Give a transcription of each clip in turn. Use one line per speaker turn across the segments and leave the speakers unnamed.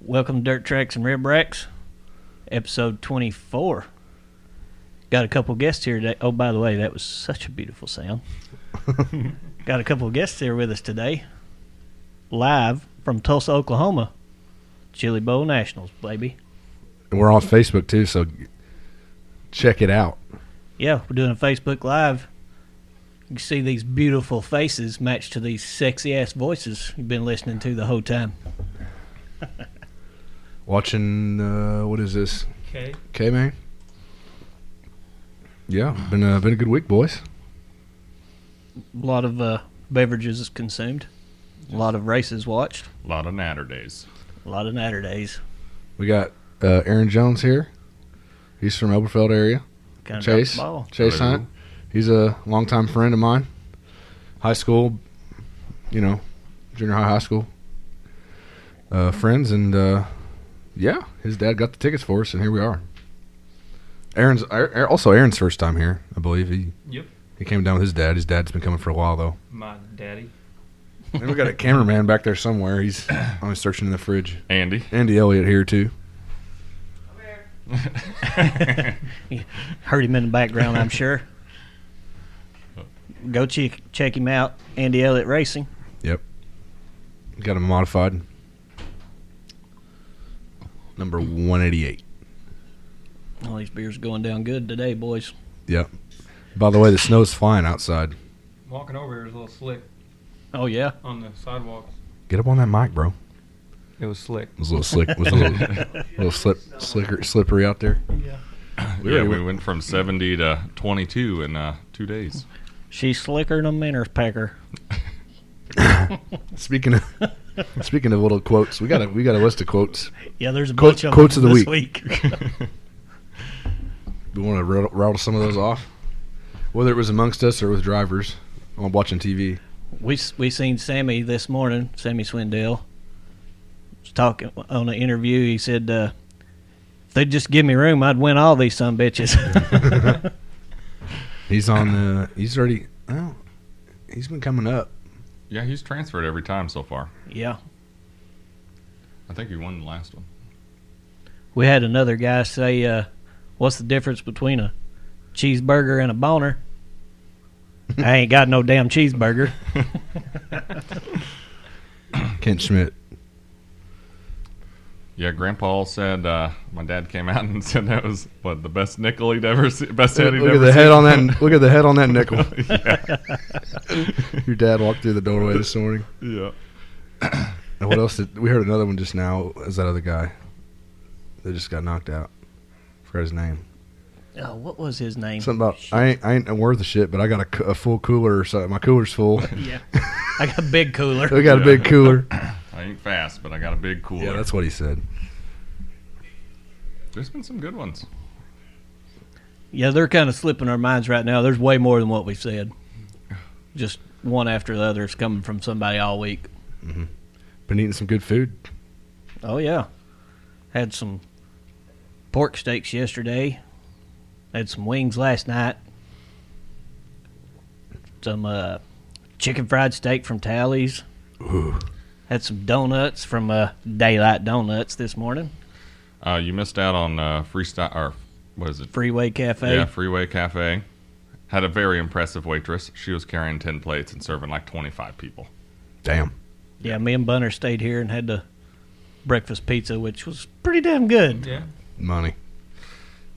Welcome to Dirt Tracks and Rib Racks, episode 24. Got a couple guests here today. Oh, by the way, that was such a beautiful sound. Got a couple guests here with us today, live from Tulsa, Oklahoma, Chili Bowl Nationals, baby.
And we're on Facebook too, so check it out.
Yeah, we're doing a Facebook Live. You can see these beautiful faces matched to these sexy ass voices you've been listening to the whole time.
Watching uh, what is this?
Okay.
K man. Yeah, been uh, been a good week, boys.
A lot of uh, beverages consumed, a lot of races watched,
A lot of natter days.
a lot of natter days.
We got uh, Aaron Jones here. He's from Elberfeld area.
Kind of
Chase
ball.
Chase
Hello.
Hunt. He's a longtime friend of mine. High school, you know, junior high, high school uh, friends, and uh, yeah, his dad got the tickets for us, and here we are. Aaron's Aar- Aar- also Aaron's first time here, I believe. He
Yep.
He came down with his dad. His dad's been coming for a while though.
My daddy.
And we got a cameraman back there somewhere. He's always searching in the fridge.
Andy.
Andy Elliott here too.
Heard him in the background, I'm sure. Go check check him out, Andy Elliott Racing.
Got him modified. Number one eighty eight.
All these beers going down good today, boys.
By the way, the snow's flying outside.
Walking over here was a little slick
Oh yeah,
on the sidewalk.
Get up on that mic, bro.
It was slick.
It was a little slick. It was a little, little slip, slicker, slippery out there.
Yeah.
We
yeah,
already
we
went-
went from 70 to 22 in uh, two days.
she's slicker than a Miners Packer.
Speaking of speaking of little quotes, we got a we got a list of quotes.
Yeah, there's a
Quotes-
bunch of
quotes
them
of the
this
week.
week.
We want to rattle, rattle some of those off, whether it was amongst us or with drivers on watching TV.
We s- we seen Sammy this morning. Sammy Swindell was talking on an interview. He said, uh, "If they'd just give me room, I'd win all these some bitches."
He's on the. He's already. Well, he's been coming up.
Yeah, he's transferred every time so far.
yeah,
I think he won the last one.
we had another guy say, uh, "What's the difference between a cheeseburger and a boner?" I ain't got no damn cheeseburger.
Kent Schmidt.
Yeah, Grandpa said uh, my dad came out and said that was what the best nickel he'd ever see, best head he'd
look at
ever
the head
seen.
on that. Look at the head on that nickel.
yeah,
Your dad walked through the doorway this morning.
yeah.
And what else? Did, we heard another one just now. Is that other guy that just got knocked out? Forgot his name.
Oh, what was his name?
Something about I ain't, I ain't worth a shit, but I got a, cou- a full cooler or something. My cooler's full.
yeah, I got a big cooler.
I got a big cooler.
I ain't fast, but I got a big cooler.
Yeah, that's what he said.
There's been some good ones.
Yeah, they're kind of slipping our minds right now. There's way more than what we've said. Just one after the other is coming from somebody all week.
Been eating some good food.
Oh yeah, had some pork steaks yesterday. Had some wings last night. Some uh, chicken fried steak from Tally's.
Ooh.
Had some donuts from uh, Daylight Donuts this morning.
Uh, you missed out on uh, freestyle or what is it?
Freeway Cafe.
Yeah, Freeway Cafe. Had a very impressive waitress. She was carrying 10 plates and serving like 25 people.
Damn.
Yeah, me and Bunner stayed here and had the breakfast pizza, which was pretty damn good.
Yeah.
Money.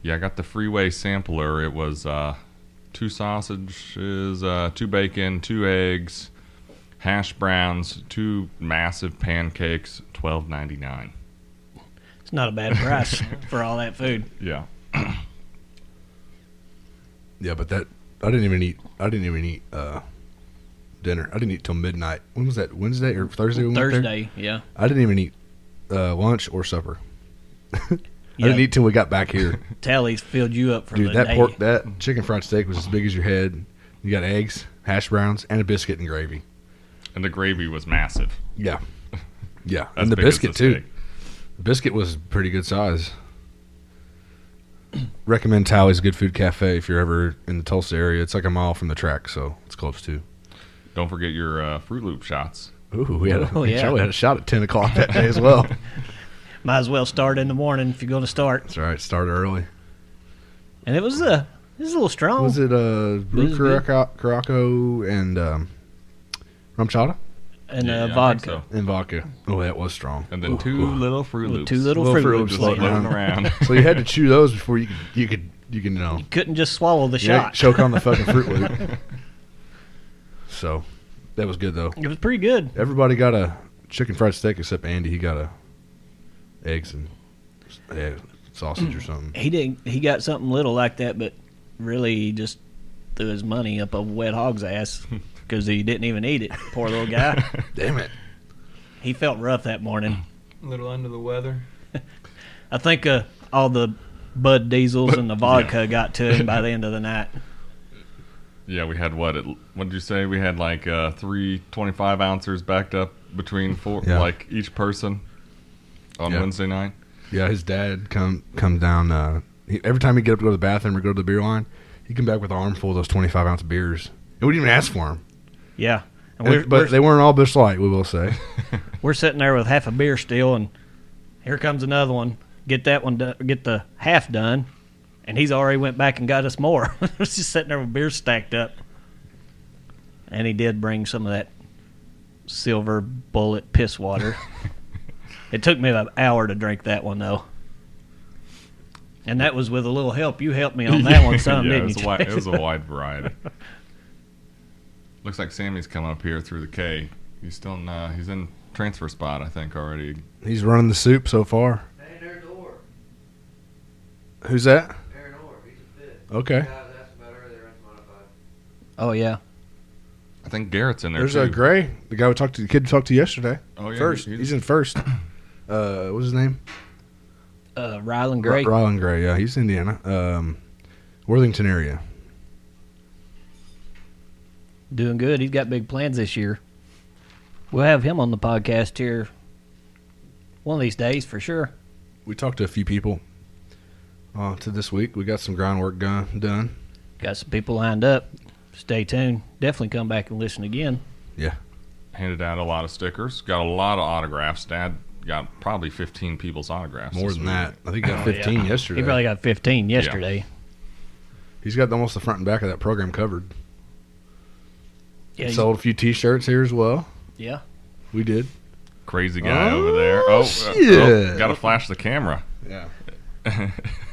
Yeah, I got the freeway sampler. It was uh, two sausages, uh, two bacon, two eggs, hash browns, two massive pancakes, twelve ninety nine.
It's not a bad price for all that food.
Yeah,
Yeah, but that I didn't even eat. I didn't even eat uh, dinner. I didn't eat till midnight. When was that? Wednesday or Thursday? we went there?
Thursday, yeah.
I didn't even eat uh, lunch or supper. I
Yeah,
didn't eat till we got back here.
tallies filled you up for
Dude,
the
that
day.
pork, that chicken fried steak was as big as your head. You got eggs, hash browns, and a biscuit and gravy.
and the gravy was massive.
Yeah, yeah,
As
and the
big as
biscuit
the
too.
steak.
The biscuit was pretty good size. Recommend Tally's Good Food Cafe if you're ever in the Tulsa area. It's like a mile from the track, so it's close too.
Don't forget your uh, Fruit Loop shots.
Ooh, we had a,
Oh, yeah.
we had a shot at ten o'clock that day as well.
Might as well start in the morning if you're going to start.
That's right. Start early.
And it was a, it was a little strong.
Was it uh,
This
Rue
is good.
Caraca- Caraco and um, Rum Chata?
And
Yeah,
uh,
I think
vodka.
so.
and vodka? Oh, that was strong.
And then two little Fruit
With
Loops.
two little,
Little
fruit,
Froot
loops.
Loops
laying around.
laying
floating around.
So you had to chew those before you could you could you could you know
Couldn't just swallow the
Yeah,
shot.
choke on the fucking fruit loop. so that was good though.
It was pretty good.
Everybody got a chicken fried steak except Andy. He got a eggs and egg, sausage or something.
He didn't. He got something little like that, but really he just threw his money up a wet hog's ass because he didn't even eat it. Poor little guy.
Damn it!
he felt rough that morning.
A little under the weather.
I think uh, all the Bud Diesels and the vodka got to him by the end of the night.
Yeah, we had what? It, what did you say? We had like uh, three 25 ounces backed up between four,
Yeah.
like each person on
Yeah.
Wednesday night.
Yeah, his dad come comes down. Uh, he, every time he get up to go to the bathroom or go to the beer line, he come back with an armful of those twenty five ounce beers. And we didn't even ask for them,
Yeah, and we're,
but
we're,
they weren't all Bush Light. We will say.
we're sitting there with half a beer still, and here comes another one. Get that one. Done, get the half done, and he's already went back and got us more. We're just sitting there with beer stacked up, and he did bring some of that silver bullet piss water. it took me about an hour to drink that one though. And that was with a little help. You helped me on that one, son,
yeah, it
didn't
was,
you?
a wide, it was a wide variety. Looks like Sammy's coming up here through the K. He's still in, uh, he's in transfer spot, I think, already.
He's running the soup so far.
Hey, there's Orr.
Who's that?
Aaron Orr. He's a fit.
Okay.
The guy I was asking about earlier runs modified.
oh yeah.
I think Garrett's in there
There's
too.
a Gray, the guy we talked to, the kid we talked to yesterday.
oh, yeah,
first,
he's-
he's, in first. Uh, what's his name?
Uh, Ryland Gray.
Ry- Rylan Gray. Yeah, he's Indiana, um, Worthington area.
doing good. He's got big plans this year. We'll have him on the podcast here one of these days for sure.
We talked to a few people. Uh, to this week, we got some groundwork done. Done.
Got some people lined up. Stay tuned. Definitely come back and listen again.
handed out a lot of stickers. Got a lot of autographs. Dad got probably 15 people's autographs.
More
this
than
week.
that, I think he got
Oh, yeah.
15 yesterday.
He probably got 15 yesterday.
he's got almost the front and back of that program covered.
Yeah.
He
he's-
sold a few T-shirts here as well.
yeah.
We did.
Crazy guy
Oh,
over there. Oh, uh,
shit.
oh got to flash the camera.
Yeah.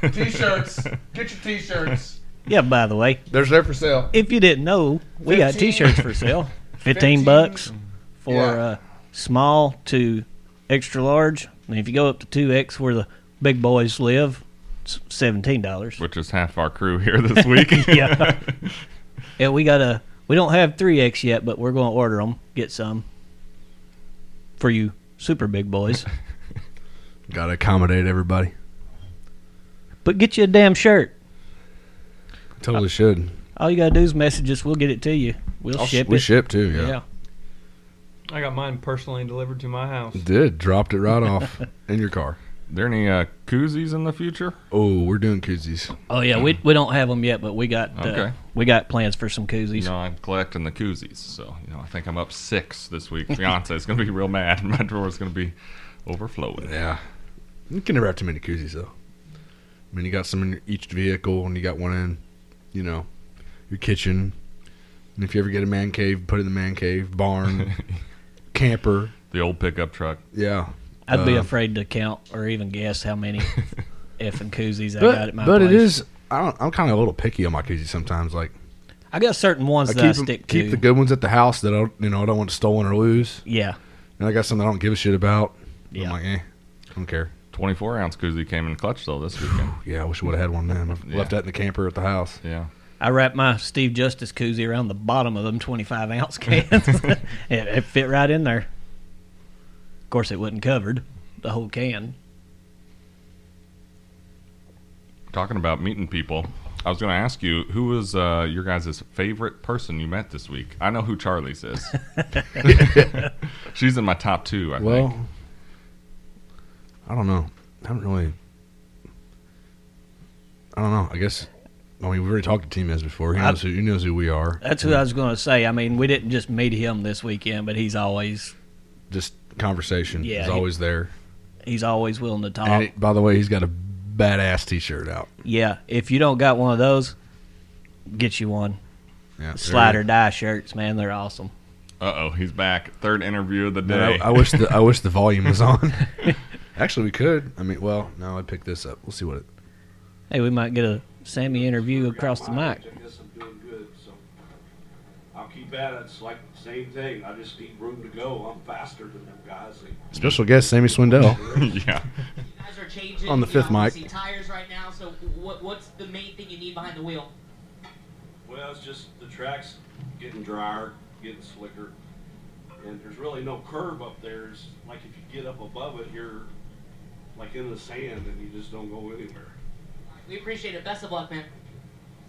T-shirts.
Get your T-shirts.
Yeah, by the way,
There's there for sale.
if you didn't know, we got
15
t-shirts for sale. 15,
15.
bucks for
Yeah.
uh, small to extra large. And if you go up to 2X where the big boys live, it's $17.
Which is half our crew here this week.
yeah. Yeah, we got a. We don't have three X yet, but we're going to order them. Get some for you, super big boys.
Got to accommodate everybody.
but get you a damn shirt.
Totally should.
All you gotta do is message us. We'll get it to you. We'll
I'll sh-
ship
we
it.
ship too. Yeah.
I got mine personally delivered to my house.
Did dropped it right off in your car.
there any uh, koozies in the future?
Oh, we're doing koozies.
Oh yeah. We we don't have them yet, but we got uh,
Okay.
we got plans for some koozies.
You know, I'm collecting the koozies, so you know, I think I'm up six this week. Fiance is gonna be real mad. My drawer is gonna be overflowing.
Yeah, you can never have too many koozies though. I mean, you got some in each vehicle, and you got one in, you know, your kitchen. And if you ever get a man cave, put it in the man cave, barn, camper.
The old pickup truck.
Yeah,
I'd be
uh,
afraid to count or even guess how many effing koozies I got
but
at my
but it
place.
is. I don't, I'm kind of a little picky on my koozies sometimes. Like
I got certain ones
I
that I
keep 'em-
stick
keep
to.
the good ones at the house that I don't, you know I don't want stolen or lose,
yeah.
and I got some that I don't give a shit about.
Yeah.
I'm like, eh, I don't care.
24 ounce koozie came in clutch though this weekend.
Yeah, I wish I would have had one then. I've
Yeah.
left that in the camper at the house.
Yeah.
I wrapped my Steve Justice koozie around the bottom of them 25 ounce cans. it, it fit right in there. Of course, it wasn't covered, the whole can.
Talking about meeting people, I was going to ask you who was uh, your guys' favorite person you met this week. I know who Charlie's is. She's in my top two. I think.
Well, I don't know. I haven't really. I don't know. I guess. I mean, we've already talked to Team as before. He
I-
knows who. He knows who we are.
That's who I was going to say. I mean, we didn't just meet him this weekend, but he's always,
Just conversation
Yeah,
is
he-
always there.
He's always willing to talk.
And it- by the way, he's got a badass T-shirt out.
yeah, if you don't got one of those, get you one.
Yeah,
Slide or die shirts, man, they're awesome.
Uh oh, he's back. Third interview of the
Man, I-
day.
I, wish the I wish the volume was on. Actually, we could. I mean, well, no, I picked this up. We'll see what it.
Hey, we might get a Sammy interview across the mic.
I guess I'm doing good, so I'll keep at it. It's like the same thing. I just need room to go. I'm faster than them guys. They
Special guest Sammy Swindell.
yeah.
guys are changing
On the fifth mic.
obviously tires right now. So what, what's the main thing you need behind the wheel?
Well, it's just the track's getting drier, getting slicker, and there's really no curve up there. It's like if you get up above it, you're like in the sand and you just don't go anywhere.
We appreciate it. Best of luck, man.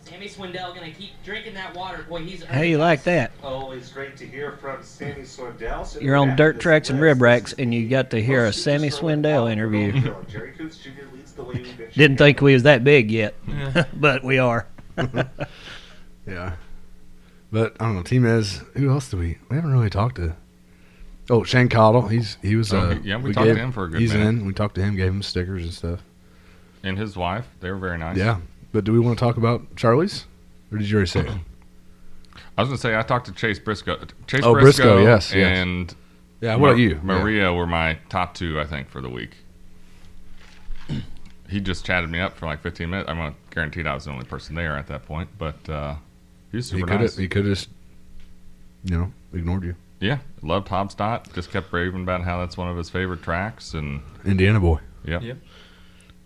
Sammy Swindell gonna keep drinking that water, boy. He's
How you like that?
Always Oh, great to hear from Sammy Swindell. So
You're on
back Oh,
dirt
this
tracks and
list.
rib racks, and you got to hear a
Most
Sammy
superstar in
Swindell
Alabama,
interview.
Oh, Jerry Coots Jr. leads the way we've been
Didn't think we was that big yet,
Yeah.
but we are.
Yeah, but I don't know. Timez. Who else do we? We haven't really talked to. Oh, Shane Cottle. He's he was.
Oh,
uh,
he- yeah, we talked to him for a good
He's
minute.
in. We talked to him. Gave him stickers and stuff.
And his wife, they were very nice.
Yeah, but do we want to talk about Charlie's? Or did you already say it?
I was gonna say I talked to Chase Briscoe. Chase
Oh, Briscoe, yes, yes.
And
Yeah. What about
Ma-
you,
Maria were my top two, I think, for the week. he just chatted me up for like 15 minutes. I'm not guaranteed I was the only person there at that point, but uh, he was
Yeah. He
super
could have.
nice.
He could have just. You know, ignored you.
Yeah, loved Hobstadt. Just kept raving about how that's one of his favorite tracks, and
Indiana boy.
yep.
Yep.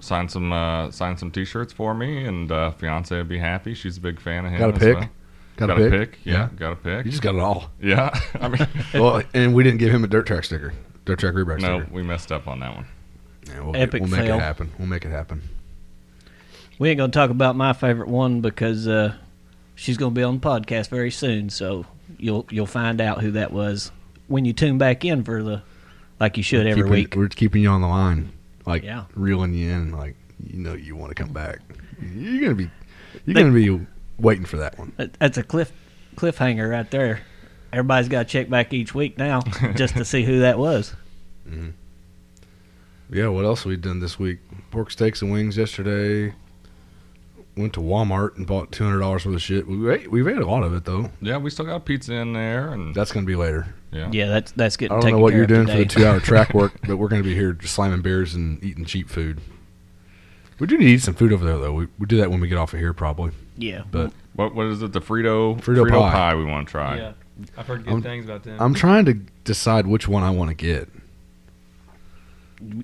Signed some uh, signed some T-shirts for me, and uh, fiance would be happy. She's a big fan of him.
Got a
as
pick?
well.
Got,
Got, a pick. Yeah,
Yeah.
got a pick.
You just got it all.
yeah, I mean,
Well, and we didn't give him a dirt track sticker. Dirt track rebrack
no,
sticker.
we messed up on that one.
Yeah, we'll,
Epic
we'll make
fail.
it happen. We'll make it happen.
We ain't gonna talk about my favorite one because uh, she's gonna be on the podcast very soon, so you'll you'll find out who that was when you tune back in for the like you should every
Keeping-
week.
We're keeping you on the line, like
Yeah.
reeling you in. Like you know, you want to come back. You're gonna be, you're
They-
gonna be waiting for that one.
That- That's a cliff cliffhanger right there. Everybody's got to check back each week now just to see who that was.
Yeah. What else we done this week? Pork steaks and wings yesterday. Went to Walmart and bought two hundred dollars worth of shit. We ate, we've ate a lot of it though.
Yeah, we still got pizza in there, and
That's gonna be later.
yeah,
Yeah, that's that's
I
getting.
don't know
taken
what
care
you're
of
doing for
today.
the two-hour track work, but we're gonna be here just slamming beers and eating cheap food. We do need to eat some food over there though. We we do that when we get off of here probably.
Yeah,
But
What what is it? The Frito
Frito pie.
we want to try.
Yeah. I've heard good
I'm-
things about them.
I'm trying to decide which one I want to get.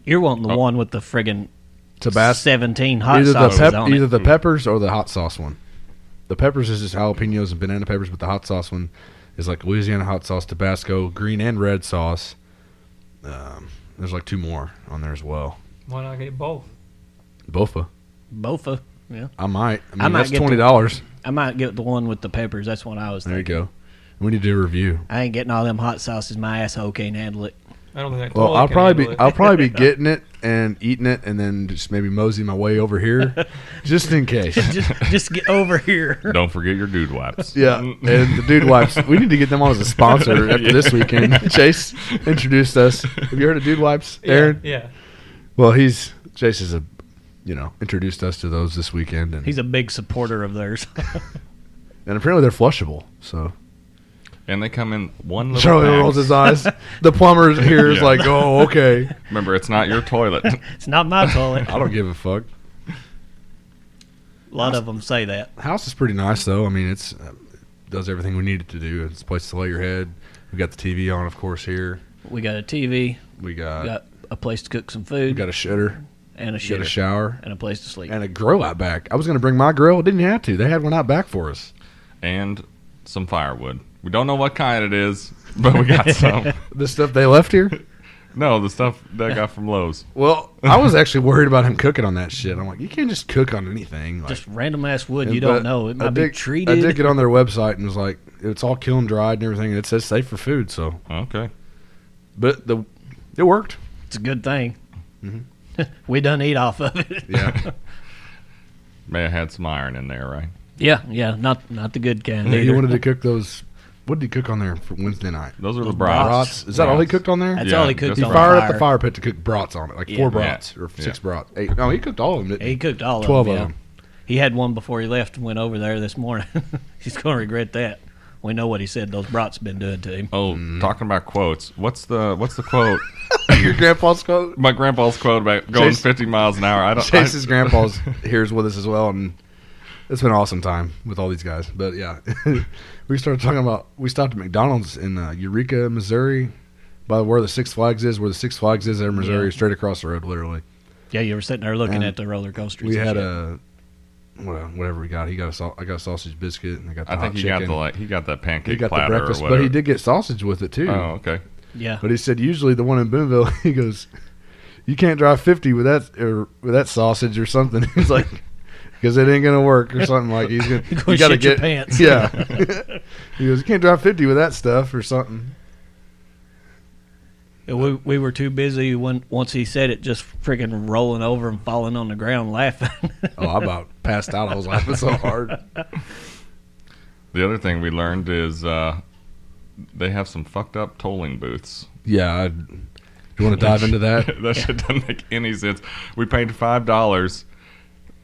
you're wanting the
Oh.
one with the friggin'
Tabasco.
seventeen hot
either the
sauces
pep-
on it.
either the peppers or the hot sauce one. The peppers is just jalapenos and banana peppers, but the hot sauce one is like Louisiana hot sauce, Tabasco, green and red sauce. Um, there's like two more on there as well.
Why not get both?
Bofa,
Bofa. Yeah,
I might. I mean,
might
that's
get the-
twenty dollars.
I might get the one with the peppers. That's what I was.
There you
Thinking.
go. We need to do a review.
I ain't getting all them hot sauces. My asshole can't handle it.
I don't think that
Well,
toilet
I'll
can
probably
handle
be
it.
I'll probably be getting it and eating it, and then just maybe mosey my way over here, just in case.
just just get over here.
Don't forget your dude wipes. Mm-hmm.
Yeah, and the dude wipes. We need to get them on as a sponsor after this weekend. Chase introduced us. Have you heard of dude wipes,
Yeah,
Aaron?
Yeah.
Well, he's Chase is a, you know, introduced us to those this weekend, and
He's a big supporter of theirs.
and apparently they're flushable. So
And they come in one little.
Charlie
pack.
rolls his eyes. The plumber's here is
Yeah.
like, oh, okay.
Remember, it's not your toilet.
it's not my toilet.
I don't give a fuck.
A lot of them say that.
House is pretty nice though. I mean, it's uh, does everything we need it to do. It's a place to lay your head. We got the TV on, of course. Here
We got a TV.
we
We
got
got a place to cook some
we
food
got a shutter.
and a
We got a
shitter
shower.
and a place to sleep.
and a grill out back. I was going to bring my grill. Didn't have to. They had one out back for us.
and some firewood. We don't know what kind it is, but we got some.
The stuff they left here.
no, the stuff that I got from Lowe's.
Well, I was actually worried about him cooking on that shit. I'm like, you can't just cook on anything. Like,
Just random ass wood
and- uh,
you don't
but
know. It
I
might be
did-
treated.
I did get on their website and was like, it's all kiln dried and everything. And it says safe for food. So,
Okay.
but the it worked.
It's a good thing. we done eat off of it.
Yeah,
May have had some iron in there, right?
Yeah, yeah. Not not the good kind.
you
either.
wanted to cook those What did he cook on there for Wednesday night?
Those are the
Those
brats.
Is that all he
Brats.
cooked on there?
That's
Yeah,
all he cooked.
that's
he
on
right.
fired
the
up the fire pit to cook brats on it, like
Yeah.
four
Yeah.
brats or six
Yeah.
brats. Eight. No, he cooked all of them. Didn't
He cooked all of
Twelve
them.
of
yeah.
them.
He had one before he left and went over there this morning. He's going to regret that. We know what he said. Those brats been doing to him.
Oh,
Mm-hmm.
talking about quotes. What's the what's the quote?
Your grandpa's coat.
My grandpa's quote about going
Chase-
50 miles an hour. I don't. I,
Chase's grandpa's here is with us as well, and it's been an awesome time with all these guys. But yeah, we started talking about we stopped at McDonald's in uh, Eureka, Missouri, by where the Six Flags is. Where the Six Flags is there in Missouri,
Yeah.
straight across the road, literally.
Yeah, you were sitting there looking
And
at the roller coasters.
we
and
had
shit.
a well, whatever we got. He got a sau- I got a sausage biscuit, and I got the
I
hot
think he
Oh, chicken.
got the like he got that pancake
he got the
platter
breakfast,
or
but
whatever.
he did get sausage with it too.
Oh, okay.
yeah.
But he said usually the one in Boonville, he goes, "You can't drive 50 with that or with that sausage or something." He's like, "Because it ain't gonna work or something like he's gonna
You're gonna
you gotta
shit your
get
pants.
Yeah, he goes, "You can't drive 50 with that stuff or something."
Yeah, We we were too busy when once he said it, just freaking rolling over and falling on the ground laughing.
Oh, I about passed out. I was laughing so hard.
The other thing we learned is uh, they have some fucked up tolling booths.
Yeah, I, you want to dive into that?
that shit doesn't make any sense. We paid five dollars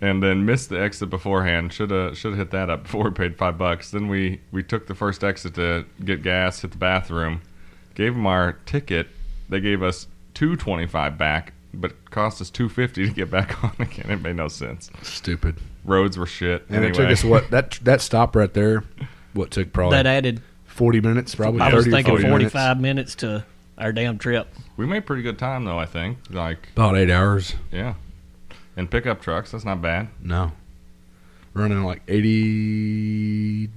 and then missed the exit beforehand. Should have should have hit that up before we paid five bucks. Then we we took the first exit to get gas, hit the bathroom, gave them our ticket. They gave us two twenty five back, but it cost us two fifty to get back on again. It made no sense.
Stupid.
Roads were shit.
And
anyway.
it took us what that that stop right there. What took probably
that added,
40 minutes, probably
I
30
was
Oh, or
thinking
40 minutes.
45 minutes to our damn trip.
We made pretty good time though. I think like
About eight hours.
yeah, and pickup trucks. That's not bad.
No. Running like 80,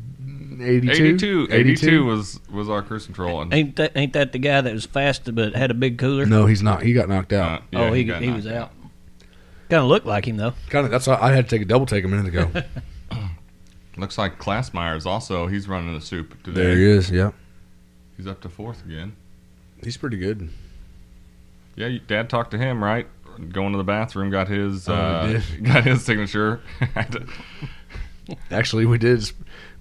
82?
82, 82, was was our cruise control. And,
Ain't that ain't that the guy that was fast but had a big cooler?
No, he's not. He got knocked
uh,
out.
yeah,
oh, he
got
he,
knocked
was out. Kind of looked like him though.
Kind of. That's why I had to take a double take a minute ago.
Looks like Klassmeyer's also. He's running the soup today.
there he is. Yeah,
He's up to fourth again.
he's pretty good.
Yeah, you, Dad talked to him, right? Going to the bathroom, got his
Oh, he
uh,
did.
got his signature.
Actually, we did.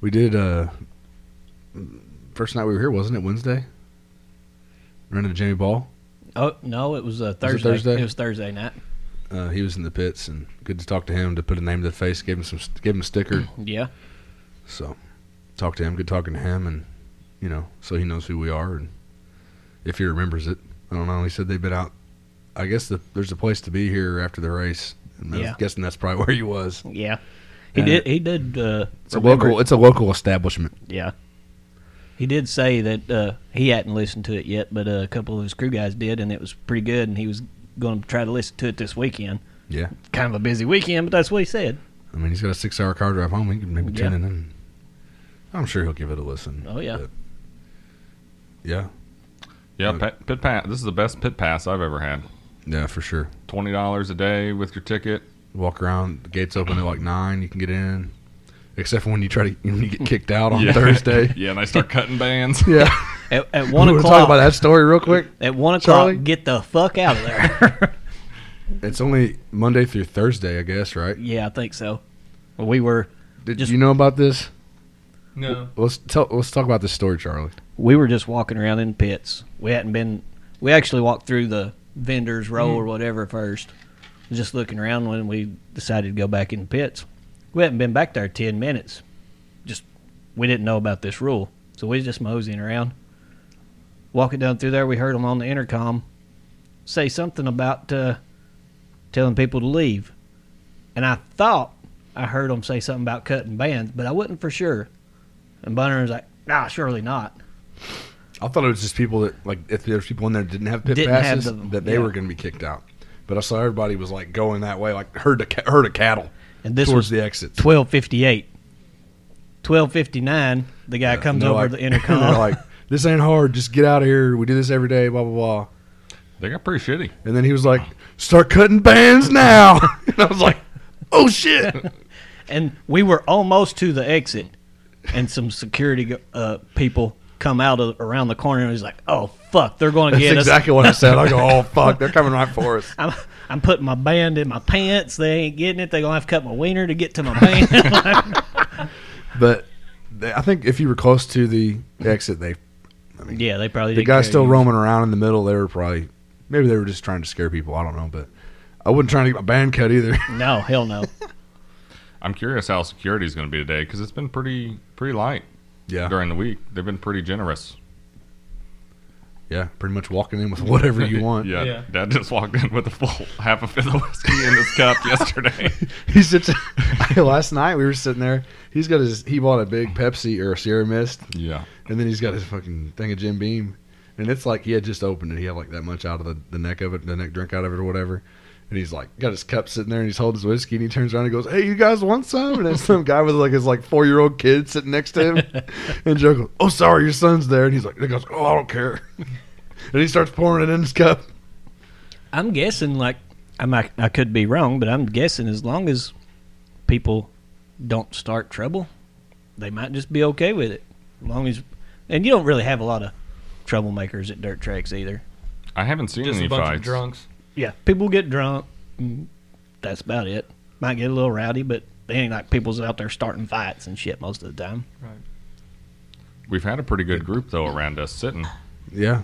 We did. uh First night we were here, wasn't it Wednesday? Ran into Jamie Ball.
Oh no, it was a
it
Thursday.
Thursday?
was Thursday night.
Uh, he was in the pits, and good to talk to him to put a name to the face. Gave him some. Gave him a sticker.
Yeah,
So, talk to him. Good talking to him, and you know, so he knows who we are, and if he remembers it, I don't know. He said they've been out. I guess the, there's a place to be here after the race. And
Yeah.
I'm guessing that's probably where he was.
yeah. He
Uh,
did. He did. Uh,
It's a
remember-
local. It's a local establishment.
Yeah. He did say that uh, he hadn't listened to it yet, but uh, a couple of his crew guys did, and it was pretty good. And he was going to try to listen to it this weekend.
Yeah,
Kind of a busy weekend, but that's what he said.
I mean, he's got a six-hour car drive home. He could maybe tune
Yeah.
in. And I'm sure he'll give it a listen.
Oh, yeah.
but- yeah,
yeah, pa- pit pass. This is the best pit pass I've ever had.
yeah, for sure.
Twenty dollars a day with your ticket.
Walk around. The gates open at like nine. You can get in, except for when you try to when you get kicked out on
Yeah.
Thursday.
yeah, and they start cutting bands.
yeah.
At, at one
We wanna Talk
o'clock.
about that story real quick.
At one o'clock,
Charlie?
get the fuck out of there.
It's only Monday through Thursday, I guess, right?
yeah, I think so. Well, we were
Did
Just-
you know about this?
No.
Let's tell. Let's talk about this story, Charlie.
we were just walking around in pits. We hadn't been. We actually walked through the vendors row or whatever first, just looking around when we decided to go back in the pits. We hadn't been back there ten minutes. Just we didn't know about this rule, so we just moseying around. Walking down through there, we heard them on the intercom say something about uh, telling people to leave, and I thought I heard them say something about cutting bands, but I wasn't for sure. And Bunner was like, "Nah, surely not."
I thought it was just people that like if there's people in there that didn't have pit
Didn't have
passes
them,
that they
yeah.
were going to be kicked out. But I saw everybody was like going that way, like herd of ca- herd of cattle
And this
towards
was
the exit.
1258. 1259, the guy comes over the intercom.
They're like, "This ain't hard. Just get out of here. We do this every day." Blah blah blah.
They got pretty shitty.
And then he was like, "Start cutting bands now." and I was like, "Oh shit!"
and we were almost to the exit, and some security uh, people come out of, around the corner, and he's like, oh, fuck, they're going to
That's
get us.
exactly what I said. I go, "Oh fuck, they're coming right for us."
I'm, I'm putting my band in my pants. They ain't getting it. They're going to have to cut my wiener to get to my band.
But they- I think if you were close to the exit, they
Yeah, they probably
the
didn't
guy
care
still
you.
roaming around in the middle. They were probably maybe they were just trying to scare people. I don't know, but I wasn't trying to get my band cut either.
No, hell no.
I'm curious how security is going to be today because it's been pretty pretty light
yeah,
during the week. They've been pretty generous.
yeah, pretty much walking in with whatever you want.
yeah,
Yeah.
Dad just walked in with a full half a fifth of whiskey in his cup yesterday.
He sits. last night we were sitting there. He's got his. He bought a big Pepsi or a Sierra Mist,
Yeah,
and then he's got his fucking thing of Jim Beam, and it's like he had just opened it. He had like that much out of the, the neck of it, the neck drink out of it or whatever. And he's like got his cup sitting there, and he's holding his whiskey, and he turns around and goes, "Hey, you guys want some?" And it's some guy with like his like four year old kid sitting next to him, and Joe goes, "Oh, sorry, your son's there." And he's like, "He goes, oh, I don't care," and he starts pouring it in his cup.
I'm guessing, like, I might, I could be wrong, but I'm guessing as long as people don't start trouble, they might just be okay with it. As long as, and you don't really have a lot of troublemakers at dirt tracks either.
I haven't seen
Just
any
a bunch
fights.
of drunks.
Yeah, people get drunk. and That's about it. Might get a little rowdy, but they ain't like people's out there starting fights and shit most of the time.
We've had a pretty good group though around us sitting.
Yeah,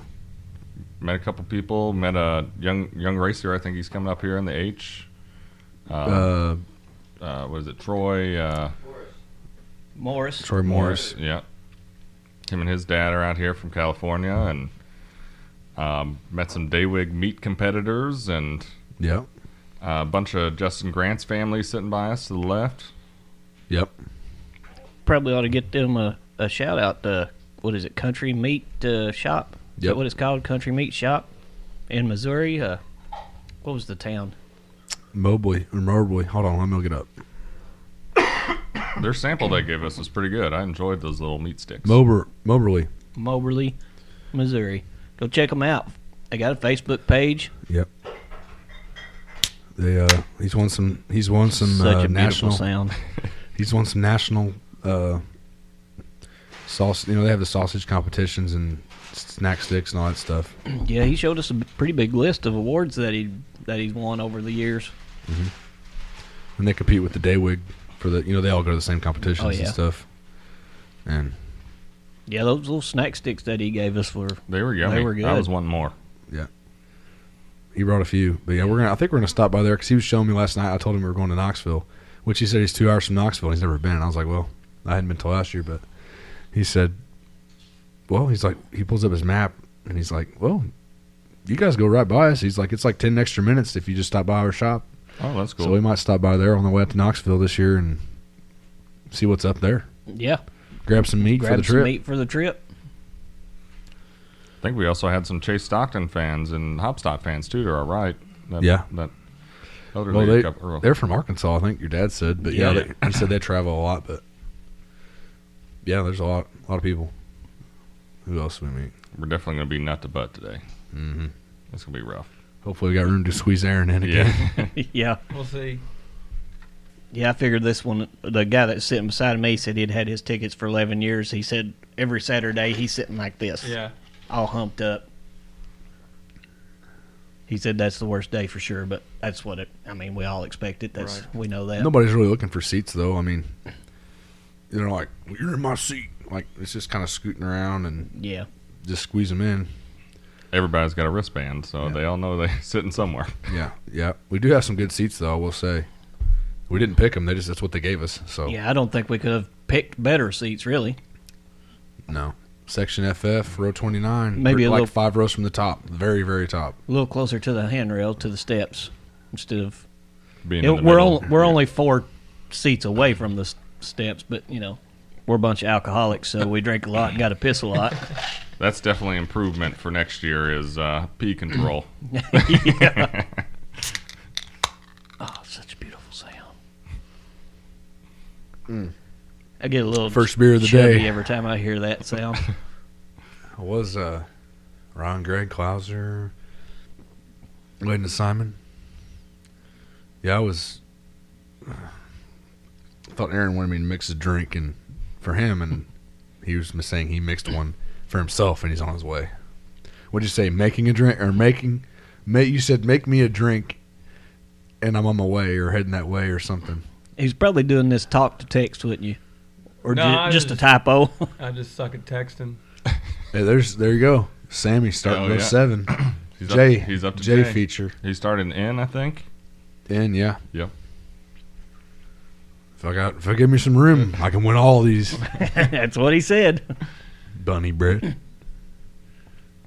Met a couple people. Met a young young racer. I think he's coming up here in the H.
uh,
Uh, what is it? Troy. Uh,
Morris.
Troy Morris.
Yeah. Him and his dad are out here from California and um, met some Daywig meat competitors and
Yep,
uh, a bunch of Justin Grant's family sitting by us to the left.
yep.
Probably ought to get them a, a shout out to, what is it, Country Meat uh, Shop? Is
Yep.
that what it's called? Country Meat Shop in Missouri. Uh, what was the town?
Mobley or Mobley. Hold on, let me look it up.
Their sample they gave us was pretty good. I enjoyed those little meat sticks.
Mober Moberly.
Moberly, Missouri. Go check them out. They got a Facebook page.
Yep. They uh, he's won some. He's won some
Such
uh,
a beautiful
national.
sound.
He's won some national uh, sauce. You know they have the sausage competitions and snack sticks and all that stuff.
Yeah, he showed us a pretty big list of awards that he that he's won over the years.
And they compete with the Daywig for the. You know they all go to the same competitions
yeah.
and stuff. And
Yeah, those little snack sticks that he gave us were
They were yummy.
They were
I
good.
was one more.
he brought a few, but yeah, we're gonna. I think we're gonna stop by there because he was showing me last night. I told him we were going to Knoxville, which he said he's two hours from Knoxville. and He's never been. And I was like, well, I hadn't been till last year, but he said, well, he's like, he pulls up his map and he's like, well, you guys go right by us. He's like, it's like ten extra minutes if you just stop by our shop.
Oh, that's
So we
cool.
might stop by there on the way up to Knoxville this year and see what's up there.
yeah.
Grab some meat for
Grab
the
some
trip.
meat for the trip.
I think we also had some Chase Stockton fans and Hopstock fans too to our right. That,
Yeah.
That elderly
Well, they,
couple. or-
they're from Arkansas, I think your dad said, but yeah,
Yeah.
they, he said they travel a lot, but yeah, there's a lot, a lot of people. Who else we meet?
we're definitely going to be nut to butt today.
Mm-hmm.
It's going to be rough.
Hopefully, we got room to squeeze Aaron in again.
yeah.
We'll see.
Yeah, I figured this one. The guy that's sitting beside me said he'd had his tickets for 11 years. He said every Saturday he's sitting like this,
Yeah.
all humped up. He said that's the worst day for sure, but that's what it. I mean, we all expect it. That's we know that.
Nobody's really looking for seats, though. I mean, they're like, well, "You're in my seat." Like it's just kind of scooting around and
Yeah,
just squeeze them in.
Everybody's got a wristband, so
Yeah.
they all know they're sitting somewhere.
Yeah, yeah. We do have some good seats, though. I will say, we didn't pick them. They just that's what they gave us. So
yeah. I don't think we could have picked better seats, really.
no. Section FF, row twenty nine.
Maybe a
like
little-
five rows from the top, very, very top.
A little closer to the handrail, to the steps, instead of
Being
Yeah,
in the
we're
middle.
only, we're only four seats away from the s- steps, but you know, we're a bunch of alcoholics, so we drink a lot and got to piss a lot.
That's definitely improvement for next year is uh, pee control.
Oh, such a beautiful sound.
Hmm.
I get a little
First beer of the
chubby
day.
every time I hear that sound.
I was uh, Ron Greg Klauser, Landon Simon. Yeah, I was. I thought Aaron wanted me to mix a drink and for him, and he was saying he mixed one for himself, and he's on his way. What'd you say? Making a drink or making? Ma- you said make me a drink, and I'm on my way or heading that way or something.
He's probably doing this talk to text, wouldn't you? or
No,
ju-
I
just a
just-
typo?
I just suck at texting.
Hey, there's there you go. Sammy starting
Oh,
with
yeah.
seven.
He's
Jay,
Up, he's up to
Jay
J.
feature.
He started in, I think.
And yeah.
Yep.
If I got if I give me some room, I can win all these
That's what he said.
bunny bread.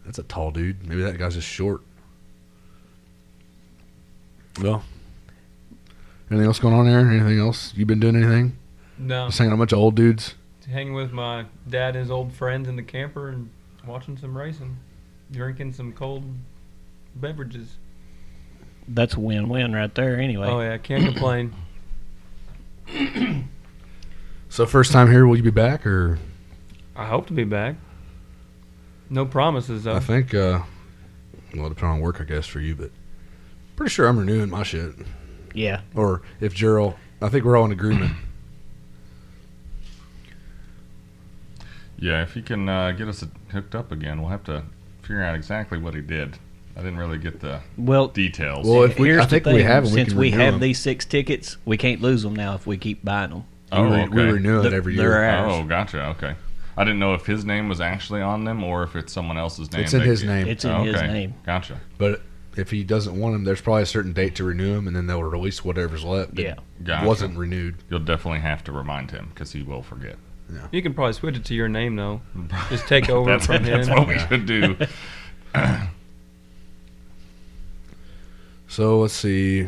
That's a tall dude. Maybe that guy's just short. Well. Anything else going on there? Anything else? You been doing anything?
No,
Just hanging out with a bunch of old dudes.
hanging with my dad and his old friends in the camper and watching some racing, drinking some cold beverages.
That's a win-win right there. Anyway,
Oh yeah, can't complain.
So first time here, will you be back or
I hope to be back. No promises though.
I think uh well depending on work I guess for you, but pretty sure I'm renewing my shit.
yeah.
Or if Gerald I think we're all in agreement.
Yeah, if he can uh, get us hooked up again, we'll have to figure out exactly what he did. I didn't really get the
Well,
details.
Well, if we,
here's
I think
the thing.
we have 'em,
Since
can
we,
renew
have
'em.
these six tickets, we can't lose them now if we keep buying them.
oh,
we, re- we
okay.
renew it
They're-
every
they're
year.
ours.
Oh, gotcha. Okay. I didn't know if his name was actually on them or if it's someone else's name.
It's in
that-
his name,
It's in
Oh,
his
okay.
name.
Gotcha.
but if he doesn't want them, there's probably a certain date to renew them, and then they'll release whatever's left. that
Yeah.
Gotcha.
wasn't renewed.
You'll definitely have to remind him because he will forget.
you can probably switch it to your name though. Just take over
that's,
from him.
that's what we should do.
So let's see. I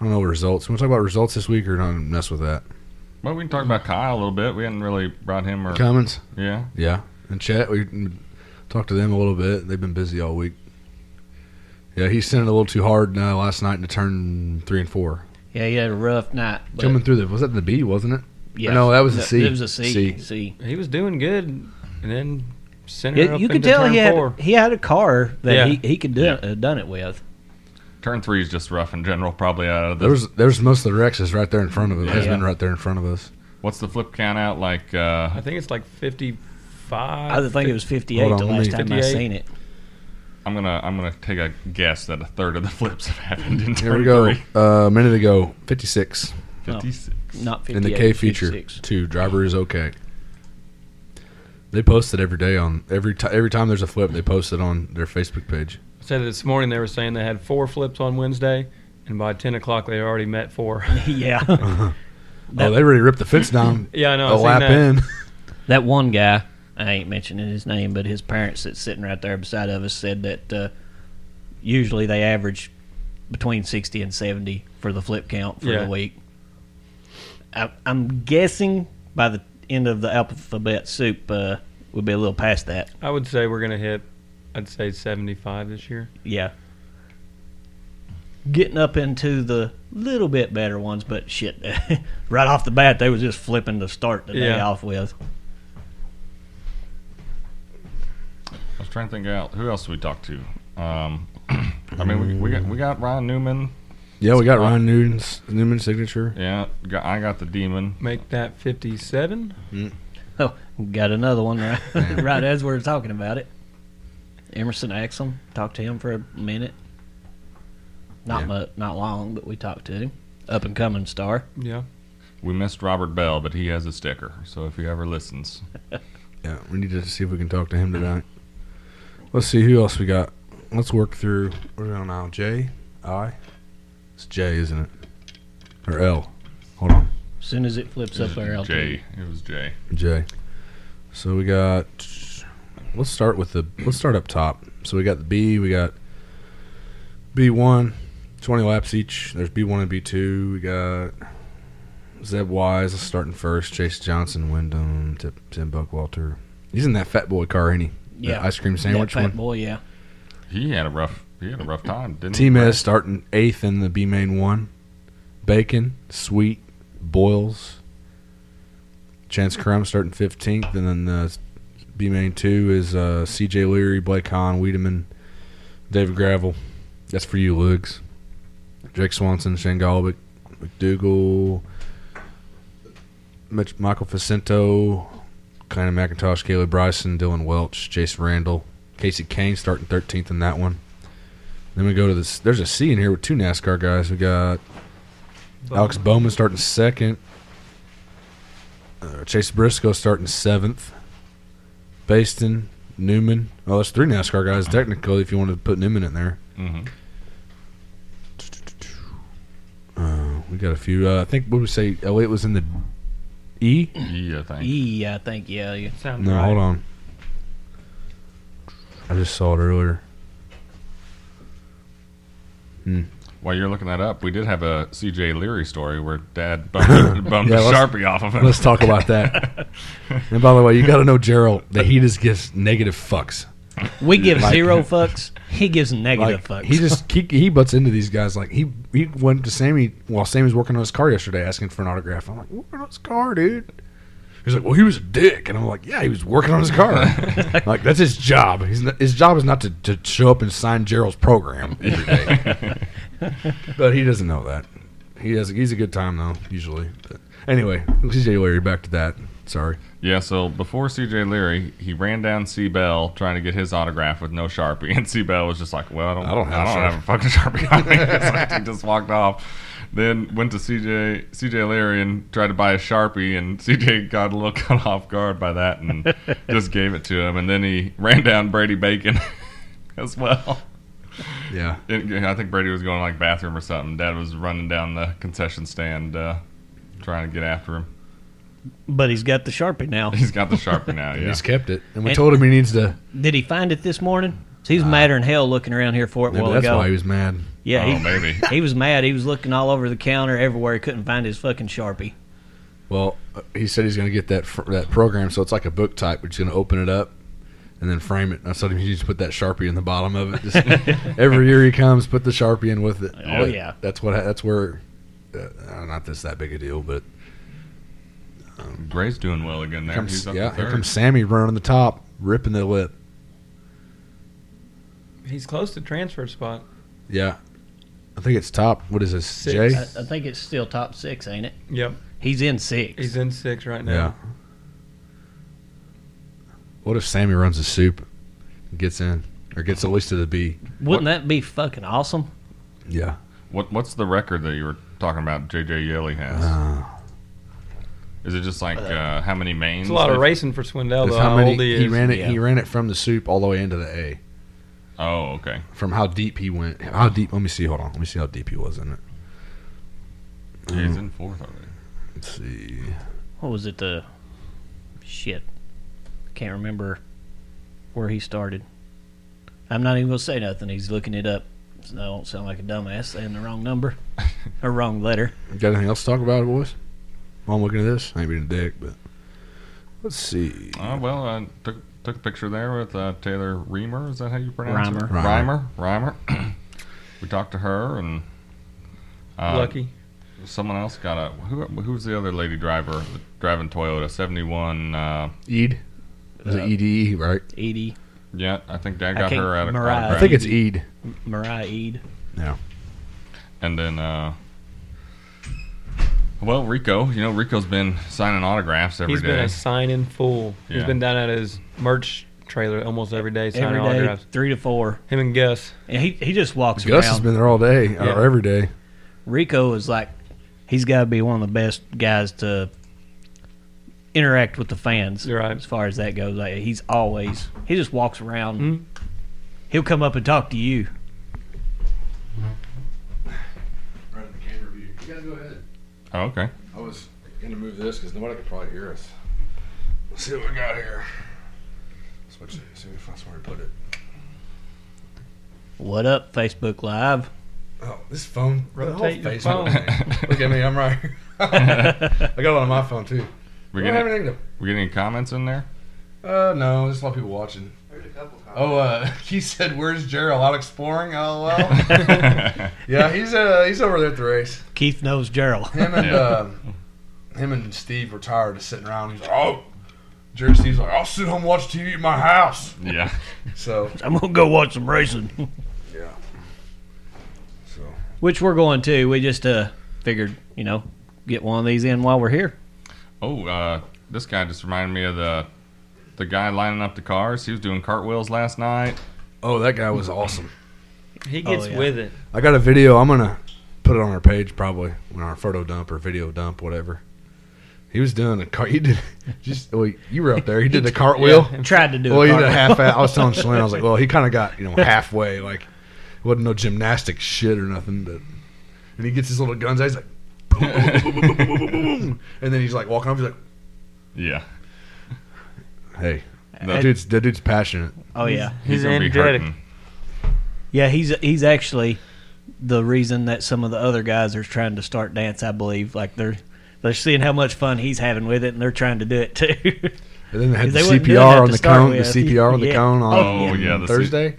don't know results. Want to talk about results this week or not? Mess with that.
Well, we can talk about Kyle a little bit. We hadn't really brought him or
Comments.
yeah.
Yeah, and chat. We can talk to them a little bit. They've been busy all week. Yeah, he sent it a little too hard uh, last night into turn three and four.
Yeah, he had a rough night. but-
Coming through the was that the B, wasn't it?
yeah.
no, that was a C.
It was a C.
C.
C.
He was doing good, and then sent her
It-
up
you could
into
tell
turn
he had
four.
he had a car that
Yeah.
he, he could do,
Yeah.
uh, done it with.
Turn three is just rough in general. Probably out of the.
There's there's most of the Rexes right there in front of us. Has
Yeah.
been right there in front of us.
what's the flip count out like?
I
Uh,
think it's like fifty-five.
I think it was 58
Hold
the
on, let
last
me-
time I
58.
seen it.
I'm gonna I'm gonna take a guess that a third of the flips have happened in turn
Here we go.
three.
Uh, a minute ago, 56
Fifty six.
Not 58.
in the K feature.
56.
Two driver is okay. They post it every day on every ti every time there's a flip. They post it on their Facebook page.
said that this morning they were saying they had four flips on Wednesday, and by ten o'clock they already met four.
yeah. That-
oh, they really ripped the fence down.
yeah, I know.
a
I seen
lap
that.
in.
That one guy, I ain't mentioning his name, but his parents that's sitting right there beside of us said that uh, usually they average between 60 and 70 for the flip count for
Yeah.
the week. I, I'm guessing by the end of the alphabet soup, uh, we'll be a little past that.
I would say we're gonna hit. I'd say seventy-five this year.
Yeah. Getting up into the little bit better ones, but shit, right off the bat, they was just flipping to start the day
Yeah.
off with.
I was trying to think out who else we talked to. Um, I mean, we, we got we got Ryan Newman.
Yeah, we got Ryan Newman's Newman's signature.
Yeah, got, I got the demon.
Make that fifty-seven.
Oh, got another one right, right as we're talking about it. Emerson Axum, talked to him for a minute. Not
Yeah.
mu- not long, but we talked to him. Up and coming star.
Yeah,
We missed Robert Bell, but he has a sticker. So if he ever listens,
Yeah, we need to see if we can talk to him tonight. Let's see who else we got. Let's work through. We're on now. J, I. It's J, isn't it? Or L? Hold on.
As soon as it flips up there, I'll tell you.
Jay. It was Jay.
Jay. So we got. Let's start with the. Let's start up top. So we got the B. We got B1, 20 laps each. There's B1 and B2. We got Zeb Wise is starting first. Chase Johnson, Wyndham, Tip, Tim Buckwalter. He's in that fat boy car, ain't he? The
Yeah.
ice cream
That
sandwich
fat
one.
boy, yeah.
He had a rough he had a rough time, didn't
Team
he?
S starting eighth in the B main one. Bacon, Sweet, Boils. Chance Crum starting 15th. And then the B main two is uh, CJ Leary, Blake Hahn, Wiedemann, David Gravel. That's for you, Lugs. Jake Swanson, Shane Golovic, McDougal, Mitch, Michael Facento, Clayton McIntosh, Caleb Bryson, Dylan Welch, Jason Randall, Casey Kane starting 13th in that one. Then we go to this. There's a C in here with two NASCAR guys. We got Alex Bowman starting second. Uh, Chase Briscoe starting seventh. Baston, Newman. Oh, that's three NASCAR guys technically. If you wanted to put Newman in there,
Mm-hmm.
uh, we got a few. Uh, I think what would we say Elliott was in the E.
Yeah, I think.
Yeah, I think yeah. yeah.
Sounds
No,
right.
hold on. I just saw it earlier.
While you're looking that up, we did have a C.J. Leary story where Dad bumped, bumped
Yeah,
a
let's-
sharpie off of him.
Let's talk about that. and by the way, you got to know Gerald. The Heat just gives negative fucks.
We give
Like-
zero fucks. He gives negative
Like,
fucks.
he just he, he butts into these guys. Like he he went to Sammy while Sammy was working on his car yesterday, asking for an autograph. I'm like, working on his car, dude. He's like, well, he was a dick, and I'm like, yeah, he was working on his car. like that's his job. He's not, his job is not to, to show up and sign Gerald's program every day. but he doesn't know that. He has he's a good time though usually. But anyway, CJ Larry, back to that. Sorry.
Yeah, so before C.J. Leary, he ran down C. Bell trying to get his autograph with no sharpie, and C. Bell was just like, "Well, I don't, I don't have,
a
a fucking sharpie on me." It's like he just walked off. Then went to C.J. C.J. Leary and tried to buy a sharpie, and C.J. got a little caught off guard by that and just gave it to him. And then he ran down Brady Bacon as well.
Yeah.
And I think Brady was going like bathroom or something. Dad was running down the concession stand uh, trying to get after him.
but he's got the sharpie now.
He's got the sharpie now.
And
Yeah.
He's kept it, and we
And-
told him he needs to.
Did he find it this morning? So he's madder than hell looking around here for it a
Maybe
while
that's
ago.
why he was mad.
yeah,
oh,
he,
maybe.
he was mad. He was looking all over the counter, everywhere. He couldn't find his fucking sharpie.
Well, uh, he said he's going to get that fr- that program, so it's like a book type. But he's going to open it up and then frame it. I told him he needs to put that sharpie in the bottom of it. Just, every year he comes, put the sharpie in with it.
Oh, yeah.
that's what. That's where. Uh, uh, not this that big a deal, but
Gray's doing well again there.
comes,
He's up
yeah,
to
here
third.
comes Sammy running the top, ripping the lip.
He's close to transfer spot.
Yeah, I think it's top. What is this?
Six.
I,
Jay.
I think it's still top six, ain't it?
Yep.
He's in six.
He's in six
Yeah.
right now.
What if Sammy runs a soup, and gets in, or gets at least to the B?
Wouldn't that be fucking awesome?
Yeah.
What What's the record that you were talking about? JJ Yelly has.
Uh-huh. Uh,
Is it just like uh, how many mains?
It's a lot of
they've-
racing for Swindell
That's
though.
how
How,
many-
old he is?
he ran it. He
yeah.
ran it from the soup all the way into the A.
Oh, okay.
From how deep he went. How deep? Let me see. Hold on. Let me see how deep he was in it. Mm-hmm.
He's in fourth already.
Let's see.
What was it? The shit. Can't remember where he started. I'm not even gonna say nothing. He's looking it up. So I don't sound like a dumbass saying the wrong number or wrong letter.
Got anything else to talk about, boys? While I'm looking at this, I ain't being a dick, but let's see.
Uh, well, I took took a picture there with uh, Taylor Reamer. Is that how you pronounce
Reimer.
it? Reimer. Reimer. we talked to her and uh,
Lucky.
Someone else got a who? Who was the other lady driver driving Toyota seventy one? Uh,
Eid. Is
Uh,
it Ede? Right.
Edie,
yeah, I think Dad
I
got
can't-
her at a
Mariah.
I
autograph.
think it's Eid.
Mariah Eid.
Yeah.
And then, uh, well, Rico, you know, Rico's been signing autographs every
He's
day.
been a sign in fool. He's
Yeah.
been down at his merch trailer almost every day signing
Every day,
autographs.
three to four.
Him and Gus.
And he he just walks
Gus has
around.
been there all day
Yeah.
or every day.
Rico is like, he's got to be one of the best guys to interact with the fans.
You're right.
As far as that goes, like he's always he just walks around.
Mm-hmm.
He'll come up and talk to you.
Right in the camera view. You guys go ahead.
oh, okay.
I was gonna move this because nobody could probably hear us. Let's see what we got here. Switch it. See if that's where we put it.
What up, Facebook Live?
Oh, this phone.
Rotate your phone.
thing. Look at me, I'm right. here. I got one on my phone too.
We're
I don't have
getting,
anything
we getting any comments in there?
to. Uh, no, there's a lot of people watching.
There's a couple comments.
Oh, uh, he said, "Where's Gerald? Out exploring?" LOL. yeah, he's uh, he's over there at the race.
Keith knows Gerald.
Him and
Yeah.
uh, him and Steve were tired of sitting around. He's like, "Oh." Jerry Steve's like, I'll sit home and watch TV at my house.
yeah.
So,
I'm gonna go watch some racing,
yeah. So,
which we're going to. We just uh figured, you know, get one of these in while we're here.
Oh, uh, this guy just reminded me of the the guy lining up the cars. He was doing cartwheels last night.
oh, that guy was awesome.
He gets
yeah.
with it.
I got a video. I'm gonna put it on our page probably on our photo dump or video dump, whatever. He was doing a car. He did just. Well, you were up there. He did the cartwheel.
Tried to do
well,
it.
he did a half. I was telling Shalane, I was like, well, he kind of got you know halfway. Like, it wasn't no gymnastic shit or nothing. But and he gets his little guns. out, He's like, boom, boom, boom, boom, boom, boom, boom, boom. and then he's like walking over. He's like,
Yeah.
hey,
That-
that dude's that dude's passionate.
oh yeah,
He's,
He's
gonna be
energetic.
hurting.
yeah. He's he's actually the reason that some of the other guys are trying to start dance. I believe like they're they're seeing how much fun he's having with it, and they're trying to do it too.
And then they had the
They wouldn't do that
CPR on
to
the
start
cone.
with.
The CPR on the
Yeah.
cone on
Oh, yeah, the C-
Thursday.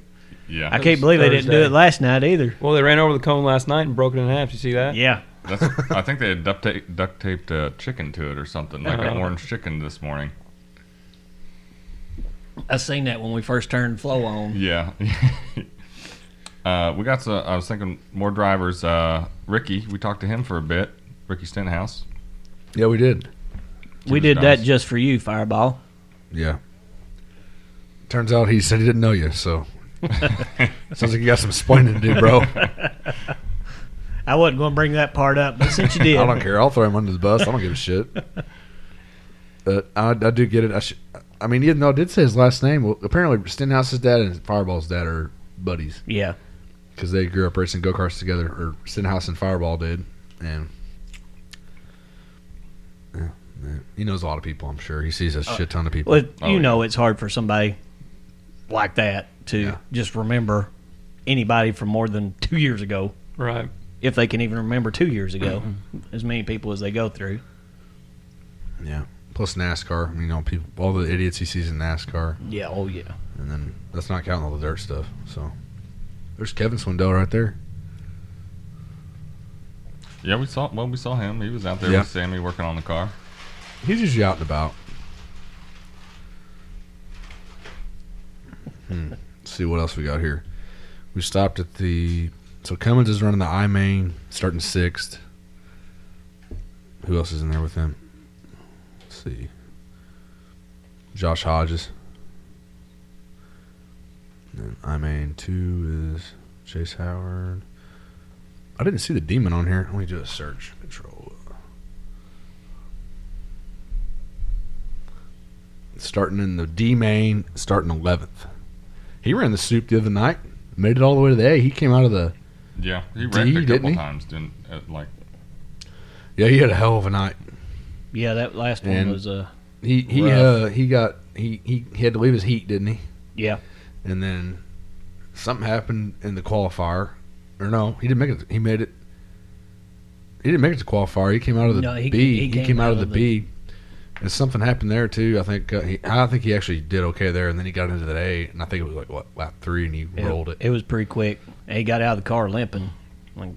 Yeah.
I can't believe they didn't do
Thursday.
it last night either.
Well, they ran over the cone last night and broke it in half. You see that?
Yeah,
That's, I think they had duct, tape, duct taped a chicken to it or something, like an orange chicken this morning.
I seen that when we first turned flow on.
Yeah. uh, we got some, I was thinking more drivers. Uh, Ricky, we talked to him for a bit. Ricky Stenhouse.
Yeah, we did.
We did that just for you, Fireball.
Yeah. Turns out he said he didn't know you, so sounds like you got some explaining to do, bro.
I wasn't going to bring that part up, but since you did,
I don't care. I'll throw him under the bus. I don't give a shit. But I, I do get it. I, sh- I mean, even though I did say his last name, well, apparently Stenhouse's dad and Fireball's dad are buddies
yeah,
because they grew up racing go karts together, or Stenhouse and Fireball did. And yeah, yeah. he knows a lot of people, I'm sure. He sees a shit ton of people.
well,
Oh,
you
yeah.
know, it's hard for somebody like that to
Yeah.
just remember anybody from more than two years ago,
Right.
if they can even remember two years ago,
Mm-hmm.
as many people as they go through.
Yeah. Plus NASCAR, you know, people, all the idiots he sees in NASCAR,
Yeah, oh yeah.
and then that's not counting all the dirt stuff. So there's Kevin Swindell right there.
Yeah, we saw, well, we saw him. He was out there
Yeah.
with Sammy working on the car.
He's usually out and about. Hmm. Let's see what else we got here. We stopped at the so Cummins is running the I main, starting sixth. Who else is in there with him? Let's see. Josh Hodges. And then I main two is Chase Howard. I didn't see the demon on here. Let me do a search control. starting in the D main, starting 11th. He ran the soup the other night, made it all the way to the A. He came out of the.
Yeah. He
Did
wrecked
he,
a
didn't
couple
he?
times, didn't uh, like,
Yeah, he had a hell of a night.
Yeah, that last one
And-
was uh
He he
Rough.
uh, he got he, he he had to leave his heat, didn't he?
yeah.
And then something happened in the qualifier, or no, he didn't make it. He made it. He didn't make it to qualifier. He came out of the
No, he-
B.
he
He,
came
came out, of the, B. And something happened there too. I think uh, he, I think he actually did okay there, and then he got into the A, and I think it was like what lap three, and he
It,
rolled it.
It was pretty quick. And he got out of the car limping, like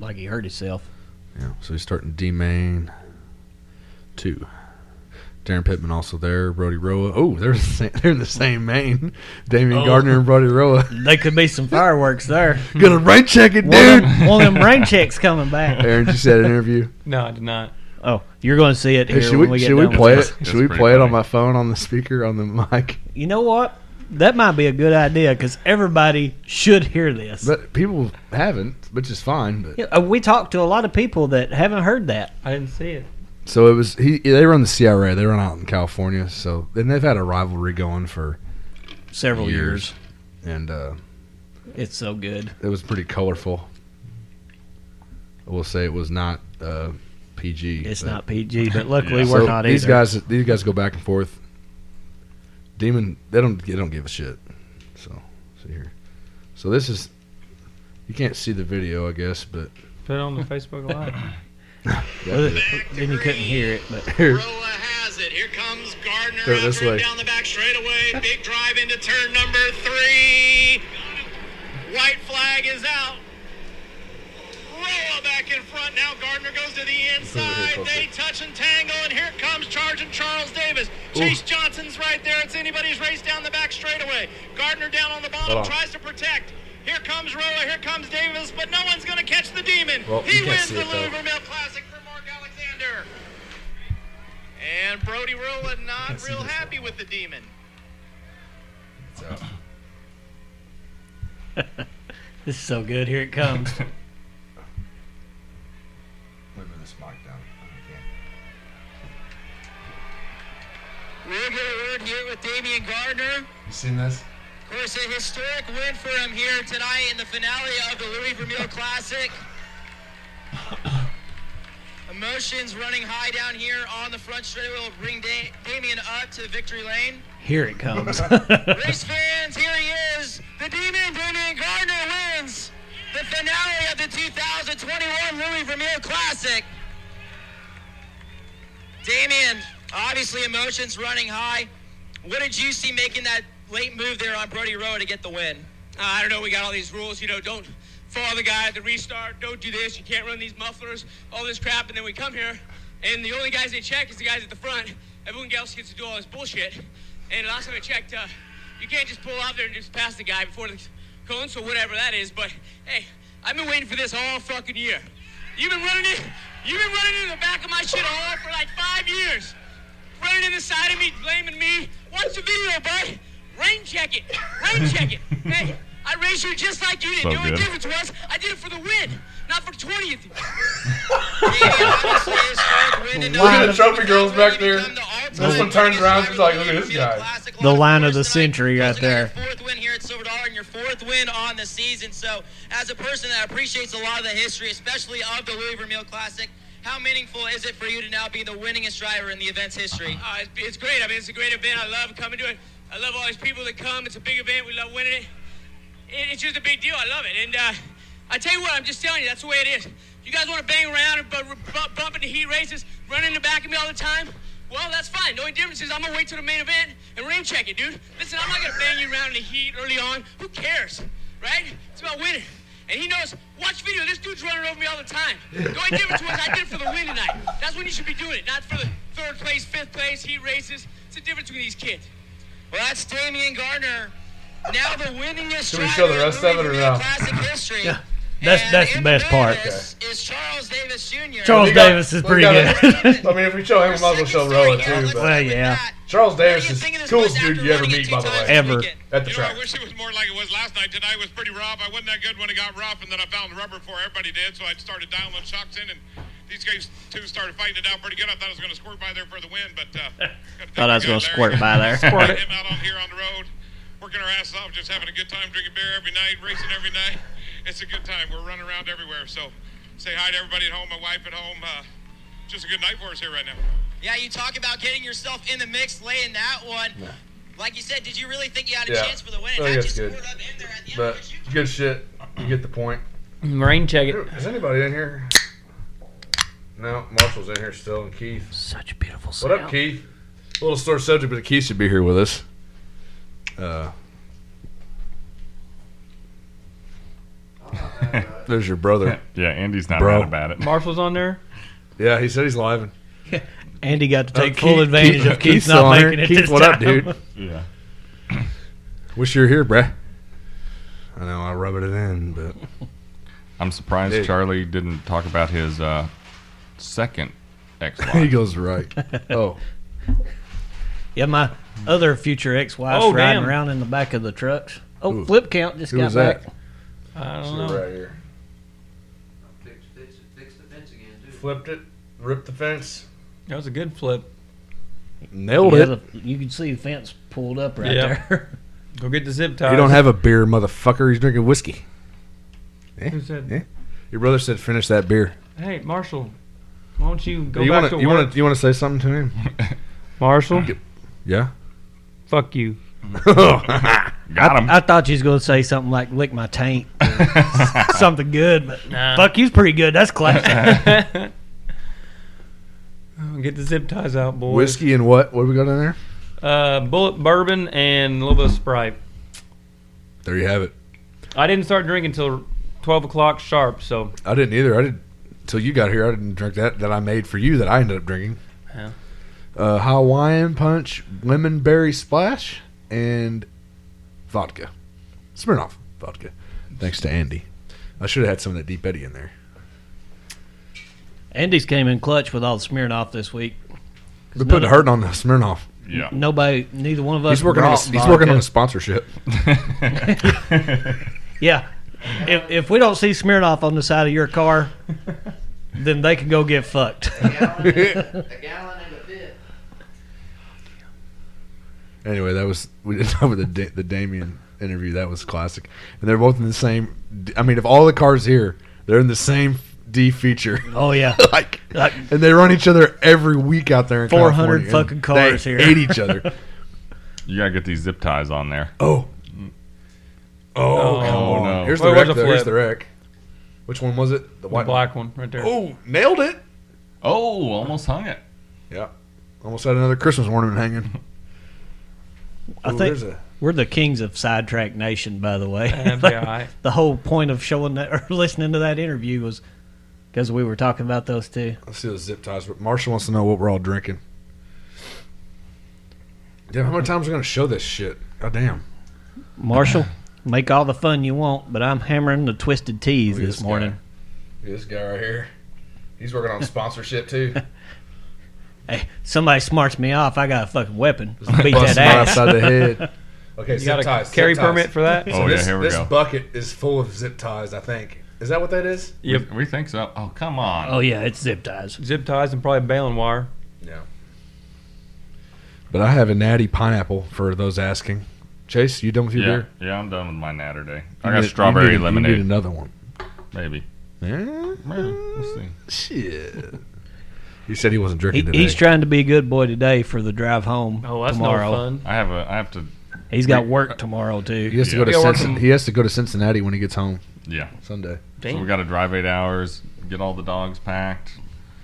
like he hurt himself.
Yeah, so he's starting D main two. Darren Pittman also there. Brody Roa. Oh, they're the same, they're in the same main. Damian
Oh.
Gardner and Brody Roa.
There could be some fireworks there.
Gonna rain check it,
One of,
dude.
them, one of them rain checks coming back.
Aaron just had an interview.
No, I did not.
Oh, you're going to see it
Hey,
here
should we,
when we get
should we
done with
play
this.
it?
That's
Should we
pretty
play it on
funny.
my phone on the speaker on the mic?
You know what? That might be a good idea because everybody should hear this.
But people haven't, which is fine. But
Yeah, uh, we talked to a lot of people that haven't heard that.
I didn't see it.
So it was he. They run the CRA. They run out in California. So and they've had a rivalry going for
Several years.
years, and uh,
It's so good.
it was pretty colorful. I will say it was not uh, PG.
It's
but-
not PG, but luckily
Yeah.
we're
So
not either.
these guys. These guys go back and forth. Demon, they don't. They don't give a shit. So see here. So this is. You can't see the video, I guess, but
Put it on the Facebook Live.
Well, then you couldn't hear it, but
here.
Roa has it. Here comes Gardner
Throw it this
after him
way.
down the back straightaway. Big drive into turn number three. White flag is out. Roa back in front. Now Gardner goes to the inside.
closer.
They touch and tangle, and here comes charging Charles Davis. Chase Johnson's right there. It's anybody's race down the back straightaway. Gardner down on the bottom
Hold on.
tries to protect. Here comes Roa. Here comes Davis, but no one's going to catch the demon.
Well,
he
you can't
wins
see
the
it, though.
Louisville Classic for Mark Alexander. And Brody Rolla not real happy with the demon.
this is so good. Here it comes.
Let me move this mic down.
Anthony Gardner.
You seen this?
Of course, a historic win for him here tonight in the finale of the Louis Vermeil Classic. Emotions running high down here on the front straightaway will bring da- Damien up to victory lane.
Here it comes.
Race fans, here he is. The Demon Damien Gardner wins the finale of the 2021 Louis Vermeer Classic. Damien, obviously emotions running high. What did you see making that late move there on Brody Rowe to get the win?
Uh, I don't know. We got all these rules, you know. Don't follow the guy at the restart. Don't do this. You can't run these mufflers. All this crap. And then we come here, and the only guys they check is the guys at the front. Everyone else gets to do all this bullshit. And last time I checked, uh, you can't just pull out there and just pass the guy before the cone, so whatever that is. But hey, I've been waiting for this all fucking year. You've been running it. You've been running into the back of my shit all for like five years. Running in the side of me, blaming me. Watch the video, bud. Rain check it. Rain check it. hey, I raised you just like you did.
So
the only
good.
difference was I did it for the win, not for 20th.
Look at the trophy girls back there. This one turns around, she's like, look at this guy.
The line of the century right there.
Fourth win on the season. So, as a person that appreciates a lot of the history, especially of the Louis Vermeil Classic, how meaningful is it for you to now be the winningest driver in the event's history?
Uh, it's, it's great. I mean, it's a great event. I love coming to it. I love all these people that come. It's a big event. We love winning it. it it's just a big deal. I love it. And uh, I tell you what, I'm just telling you, that's the way it is. You guys want to bang around and bu- bu- bump into heat races, run in the back of me all the time? Well, that's fine. The only difference is I'm gonna wait till the main event and rain check it, dude. Listen, I'm not gonna bang you around in the heat early on. Who cares, right? It's about winning. And he knows. Watch video. This dude's running over me all the time. The only difference was I did it for the win tonight. That's when you should be doing it, not for the third place, fifth place, heat races. It's the difference between these kids.
Well, that's Damian Gardner, now the winningest
Should we show
driver
the rest of it or no?
in history.
Yeah. That's that's the best part.
Is Charles Davis Jr.
Charles Davis is
we
pretty
gotta-
good.
I mean, if we show him, we might as well show Roa too. But
well, yeah.
Charles Davis is the coolest dude you ever meet, by the way.
Ever.
At the track.
These guys two started fighting it out pretty good. I thought I was going to squirt by there for the win, but uh, gotta thank
Thought I was
my
gonna
guy,
squirt
Larry.
by there. Squirt it.
Him out on here on the road, working our ass off, just having a good time, drinking beer every night, racing every night. It's a good time. We're running around everywhere. So say hi to everybody at home, my wife at home. Uh, just a good night for us here right now.
Yeah, you talk about getting yourself in the mix late in that one.
Yeah.
Like you said, did you really think you had a
Yeah.
chance for the win?
I think that's good. But good shit. You get the point.
Rain check it.
Dude, Is anybody in here? No, Marshall's in here still, and Keith.
Such a beautiful
What up,
sound.
Keith? A little sore subject, but Keith should be here with us. Uh, there's your brother.
Yeah, Andy's not
Bro.
mad about it.
Marshall's on there.
Yeah, he said he's living.
Andy got to
Oh,
take
Keith-
full advantage
Keith-
of Keith's,
Keith's still
not
on here.
making it
Keith,
this
what up,
time.
dude?
Yeah.
Wish you were here, bruh. I know I rubbed it in, but
I'm surprised
Dude.
Charlie didn't talk about his uh, second ex
he goes right. Oh,
Yeah, my other future ex-wife's
Oh,
riding
damn.
around in the back of the trucks. Oh,
Who-
flip count just
who
got
was that?
back.
I don't
Should
know.
right here.
Fix, fix, fix the fence again, too.
Flipped it, ripped the fence,
That was a good flip.
nailed
Yeah,
it.
the- you can see the fence pulled up right
Yeah.
there.
Go get the zip ties.
You don't have a beer, motherfucker. He's drinking whiskey. Eh?
Who said-
Eh? Your brother said, "Finish that beer."
Hey, Marshall, why don't you go
you
back
wanna,
to
you
work?
want to you want to say something to him?
Marshall,
Yeah.
fuck you.
Got him.
I thought she was going to say something like "lick my taint," something good, but
Nah.
fuck, you's pretty good. That's classic.
Get the zip ties out, boys.
whiskey and what? What do we got in there?
Uh, bullet bourbon and a little bit of Sprite.
There you have it.
I didn't start drinking till 12 o'clock sharp, so
I didn't either. I did till you got here. I didn't drink that that I made for you that I ended up drinking.
Yeah.
Uh, Hawaiian punch, lemon berry splash, and vodka. Smirnoff vodka. Thanks to Andy. I should have had some of that Deep Eddy in there.
Andy's came in clutch with all the smearing off this week. 'Cause
They're putting
none-
hurt on the Smirnoff.
Yeah.
Nobody, neither one of us.
He's working on a,
brought
he's working on a
vodka.
sponsorship.
Yeah, if, if we don't see Smirnoff on the side of your car, then they can go get fucked.
A gallon, and a- a gallon and a bit.
Anyway, that was we didn't talk about the da- the Damien interview. That was classic, and they're both in the same. I mean, of all the cars here, they're in the same D feature.
Oh yeah,
like, and they run each other every week out there. in
400
California, and
fucking cars
they
here.
Hate each other.
You gotta get these zip ties on there.
Oh. Oh,
No.
come on.
No.
Here's
Well,
the
it
wreck.
was a
though. Here's
flip.
the wreck. Which one was it?
The black one right there.
Oh, nailed it.
Oh, almost hung it.
Yeah. Almost had another Christmas ornament hanging.
I
Ooh,
think
there's a-
we're the kings of sidetrack nation, by the way.
Um, yeah, I-
the whole point of showing that or listening to that interview was because we were talking about those two.
Let's see those zip ties. But Marshall wants to know what we're all drinking. Damn, how many times are we going to show this shit? God damn.
Marshall, make all the fun you want, but I'm hammering the twisted teas
Look at
this
this
morning.
Look at This guy right here. He's working on sponsorship too.
Hey, somebody smarts me off. I got a fucking weapon. I'll beat
Bust
that
him
ass
right upside the head. Okay,
You
zip
got a
ties. zip
carry
ties.
permit for that?
So
Oh, yeah,
this,
here we
this
go.
bucket is full of zip ties, I think. Is that what that is?
Yep.
We, we think so. Oh, come on.
Oh yeah, it's zip ties.
Zip ties and probably baling wire.
Yeah. But I have a natty pineapple for those asking. Chase, you done with your
yeah,
beer?
yeah, I'm done with my natter day. I
You
got
need- you
strawberry
need- you
lemonade.
need another one.
Maybe.
Maybe.
We'll see.
Shit. He said he wasn't
He,
drinking today.
he's trying to be a good boy today for the drive home
Oh, that's
tomorrow.
no fun.
I have a. I have to.
He's got work tomorrow too.
he has to go to
Yeah, we're
Cincin-
from-
he has to go to Cincinnati when he gets home
Yeah.
Sunday.
So we got to drive eight hours, get all the dogs packed.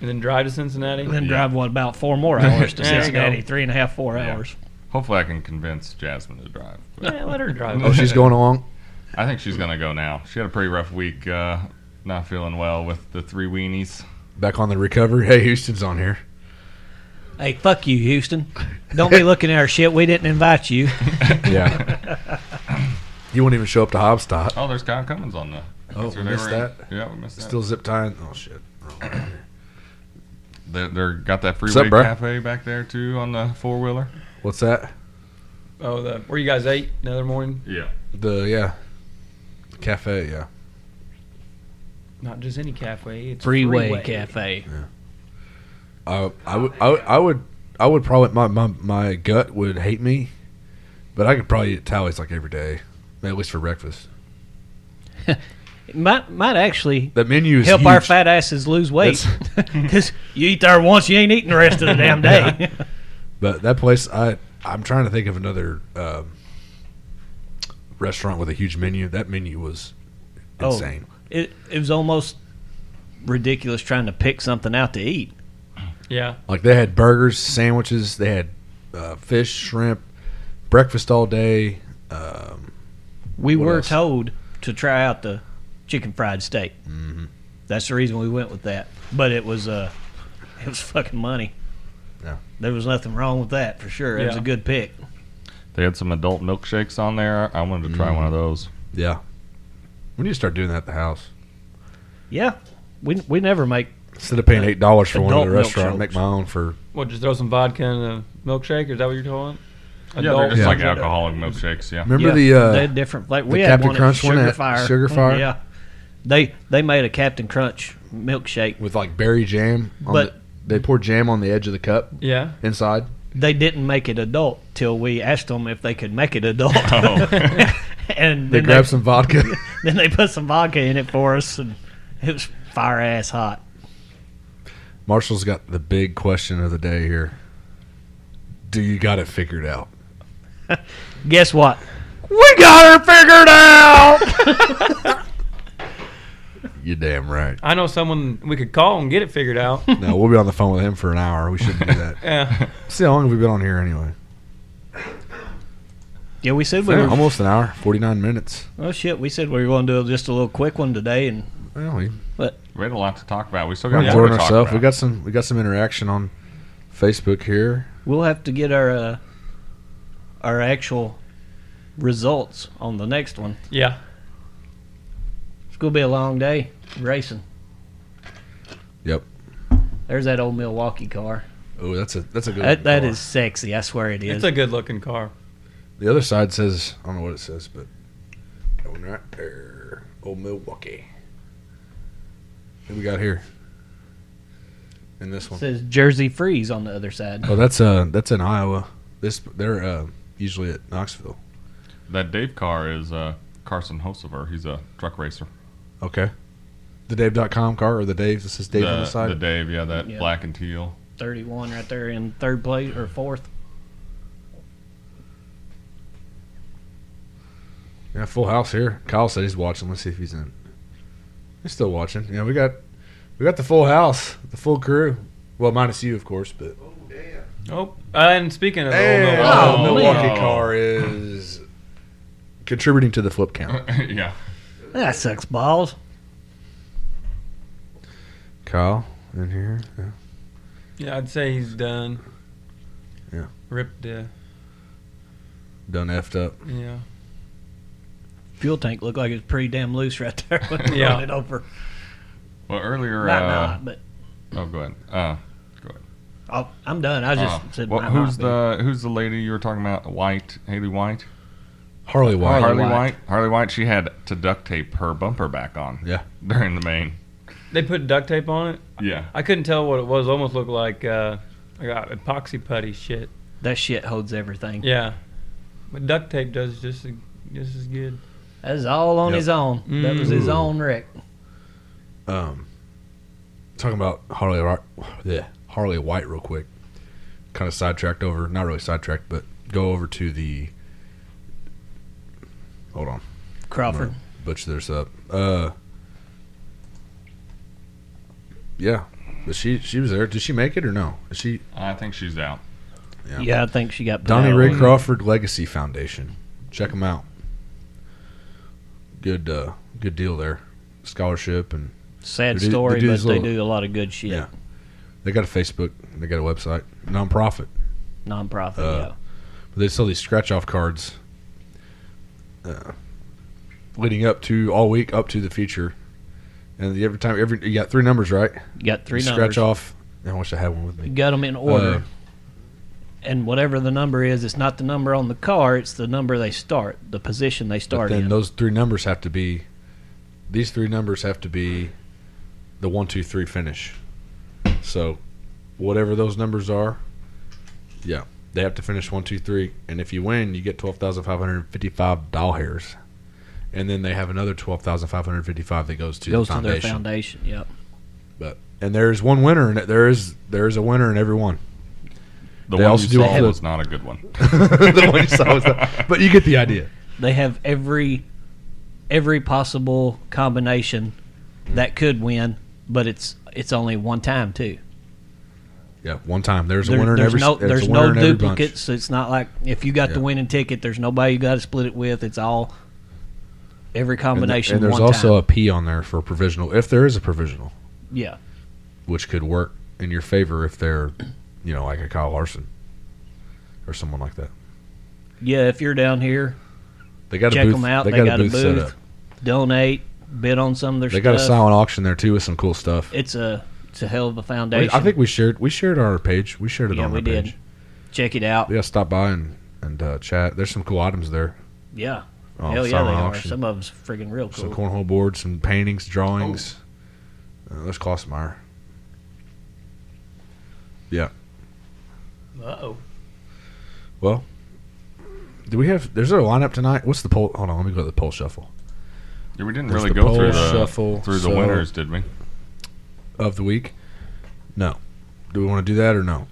And then drive to Cincinnati.
And then drive what about four more hours to
There you go.
Cincinnati? Three and a half, four
Yeah.
hours.
Hopefully, I can convince Jasmine to drive. but-
Yeah, Eh, let her drive.
Oh, she's going along.
I think she's gonna go now. She had a pretty rough week. Uh, not feeling well with the three weenies.
Back on the recovery. Hey, Houston's on here.
Hey, fuck you, Houston. Don't be looking at our shit. We didn't invite you.
Yeah. he wouldn't even show up to Hobstock.
Oh, there's Kyle Cummins on the.
Oh,
that's
we
where they
missed
were in.
that.
Yeah, we missed that.
Still zip tying. Oh shit. Wrong.
They they're got that
What's
freeway
up, bro?
cafe back there too on the four wheeler.
What's that?
Oh, the, where you guys ate the other morning?
Yeah.
The yeah. The cafe, yeah.
Not just any cafe. It's
Freeway,
freeway.
Cafe.
I, I would, I, would- I would, I would probably my, my my gut would hate me, but I could probably eat tallies like every day, at least for breakfast.
It might might actually
That menu is
help our
huge.
fat asses lose weight because you eat there once, you ain't eating the rest of the damn day.
But that place, I I'm trying to think of another um, restaurant with a huge menu. That menu was
Oh.
insane.
It it was almost ridiculous trying to pick something out to eat.
Yeah.
Like they had burgers, sandwiches, they had uh, fish, shrimp, breakfast all day. Um,
We
What
were
else?
told to try out the chicken fried steak. Mm-hmm. That's the reason we went with that. But it was uh, it was fucking money.
Yeah.
There was nothing wrong with that for sure. It was a
Yeah.
good pick.
They had some adult milkshakes on there. I wanted to try one of
Mm.
those.
yeah. We need to start doing that at the house.
Yeah, we we never make
Instead of paying eight dollars for one at
Uh, Adult
a restaurant,
milkshakes.
make my own for
What, just throw some vodka in a milkshake? Or is that what you're calling? it?
Yeah, they're
Adult-
just like
Yeah.
alcoholic milkshakes. Yeah.
Remember
Yeah,
the uh,
they had different flavor.
the
We had
Captain
one
Crunch
at Sugar
one at
Fire.
Sugar Fire?
Yeah, they they made a Captain Crunch milkshake.
with like berry jam. On
But-
the, they pour jam on the edge of the cup
Yeah.
inside.
They didn't make it adult till we asked them if they could make it adult. and
They
then
grab some vodka.
then they put some vodka in it for us, and it was fire ass hot.
Marshall's got the big question of the day here. Do you got it figured out?
Guess what?
We got it figured out. you damn right.
I know someone we could call and get it figured out.
No, we'll be on the phone with him for an hour. We shouldn't do that.
yeah.
See how long have we been on here anyway?
Yeah, we said we were.
almost an hour, forty nine minutes.
Oh shit, we said we were going to do just a little quick one today, and
Well, we
We had a lot to talk about. We still
We're
got more
enjoying
to talk
ourselves. We
about.
got some. We got some interaction on Facebook here.
we'll have to get our uh, our actual results on the next one.
Yeah.
It's gonna be a long day racing.
Yep.
There's that old Milwaukee car.
Oh, that's a that's a good.
That that
car.
is sexy. I swear it is.
It's a good looking car.
The other side says I don't know what it says, but that one right there, old Milwaukee. Who we got here? And this
it
one.
says Jersey Freeze on the other side.
Oh, that's uh that's in Iowa. This they're uh usually at Knoxville.
That Dave car is uh, Carson Hosever. He's a truck racer.
Okay. The Dave.com car or the Dave? This is Dave on the side.
Dave, yeah, that
Yeah.
black and teal.
31 right there in third place or fourth.
Yeah, full house here. Kyle said he's watching. Let's see if he's in. He's still watching. Yeah, we got we got the full house, the full crew. Well, minus you, of course, but
Oh, and speaking of
Hey,
old
oh,
Milwaukee,
Milwaukee car is contributing to the flip count.
yeah.
That sucks balls.
Kyle in here. Yeah.
yeah, I'd say he's done.
Yeah.
Ripped. Uh,
Done effed up.
yeah.
Fuel tank looked like it's pretty damn loose right there when we
Yeah.
rolled it over.
Well, earlier.
Might
uh,
not, but
Oh, go ahead. Uh, go ahead.
oh, I'm done. I just
Uh,
said,
well,
might
who's
not
the who's the lady you were talking about? White, Haley White.
Harley White.
Harley
Harley
White.
White.
Harley White. She had to duct tape her bumper back on.
Yeah.
During the main.
They put duct tape on it.
Yeah.
I couldn't tell what it was. Almost looked like uh, I got epoxy putty shit.
be. that shit holds everything.
Yeah, but duct tape does just just as good.
That's all on
Yep.
his own. That was his
Mm.
own wreck.
Um, talking about Harley, Ri- yeah, Harley White real quick. Kind of sidetracked over, not really sidetracked, but go over to the. Hold on,
Crawford.
I'm gonna butcher this up. Uh, yeah, but she she was there. Did she make it or no? Is she
I think she's out.
Yeah. I think she got
Donnie
put out.
Ray Crawford Legacy Foundation. Check them out. Good, uh, good deal there. Scholarship and
Sad
They do-
story,
do
but
these
they
little-
do a lot of good shit.
Yeah. They got a Facebook. They got a website. Nonprofit.
Nonprofit.
Uh, But they sell these scratch off cards uh, leading up to all week up to the feature. And the- every time, every you got three numbers, right?
You got three
You
numbers.
Scratch off. I wish I had one with
yeah.
me.
You got them in order.
Uh,
and whatever the number is, it's not the number on the car, it's the number they start, the position they
but
start
then
in.
those three numbers have to be, these three numbers have to be the one, two, three finish. So whatever those numbers are, yeah, they have to finish one, two, three. And if you win, you get twelve thousand five hundred fifty-five dollars, and then they have another twelve thousand five hundred fifty-five that goes to
goes
the
to
foundation.
their foundation. Yep.
But and there's one winner, and there is there is a winner in every one.
The
They
one
also
you
do
saw
all the-
was not a good one.
the one you saw was the- but you get the idea.
They have every every possible combination that could win, but it's it's only one time too.
Yeah, one time there's a
There-
winner
there's
in every.
no
there's
there's
a winner
no
in every bunch.
duplicates. so It's not like if you got the winning ticket, there's nobody you got to split it with. It's all every
And the-
combination.
And, there's
one
also
time.
a P on there for provisional, if there is a provisional,
yeah.
which could work in your favor if they're, you know, like a Kyle Larson or someone like that.
Yeah, if you're down here,
They got a
check
booth-
them out.
they
They,
got a
got, a
booth
booth.
set up.
Donate, bid on some of their
They
stuff.
got a silent auction there too with some cool stuff.
It's a it's a hell of a
We-
foundation.
I think we shared we shared our page. We shared it
yeah,
on
we
our
did.
page.
Check it out.
Yeah, stop by and and uh, chat. There's some cool items there.
Yeah.
Oh,
hell yeah, they
silent
are.
auction.
Some of them's friggin' real cool. Oh.
Some cornhole boards, some paintings, drawings. Uh, there's Klossmeyer. Yeah.
Uh oh.
Well, do we have? There's a lineup tonight. What's the poll? Hold on, let me go to the poll shuffle.
Yeah, we didn't
There's
really
the
go through
poll
the
shuffle,
through the
so-
winners, did we?
of the week. No, do we want to do that or no?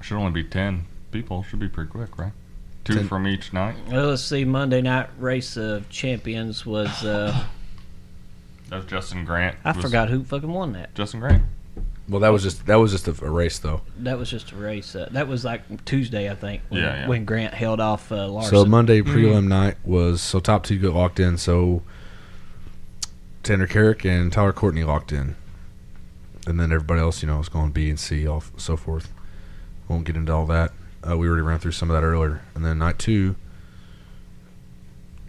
Should only be ten people. Should be pretty quick, right? Two
Ten-
from each night.
Well, let's see. Monday night race of champions was uh,
That's Justin Grant.
I
was-
forgot who fucking won that.
Justin Grant.
Well, that was just that was just a, a race though.
That was just a race. Uh, that was like Tuesday, I think. When,
Yeah, yeah.
when Grant held off uh, Larson.
So Monday
Hmm.
prelim night was so top two got locked in. So Tanner Carrick and Tyler Courtney locked in, and then everybody else, you know, is going B and C, all so forth. Won't get into all that. Uh, we already ran through some of that earlier, and then night two.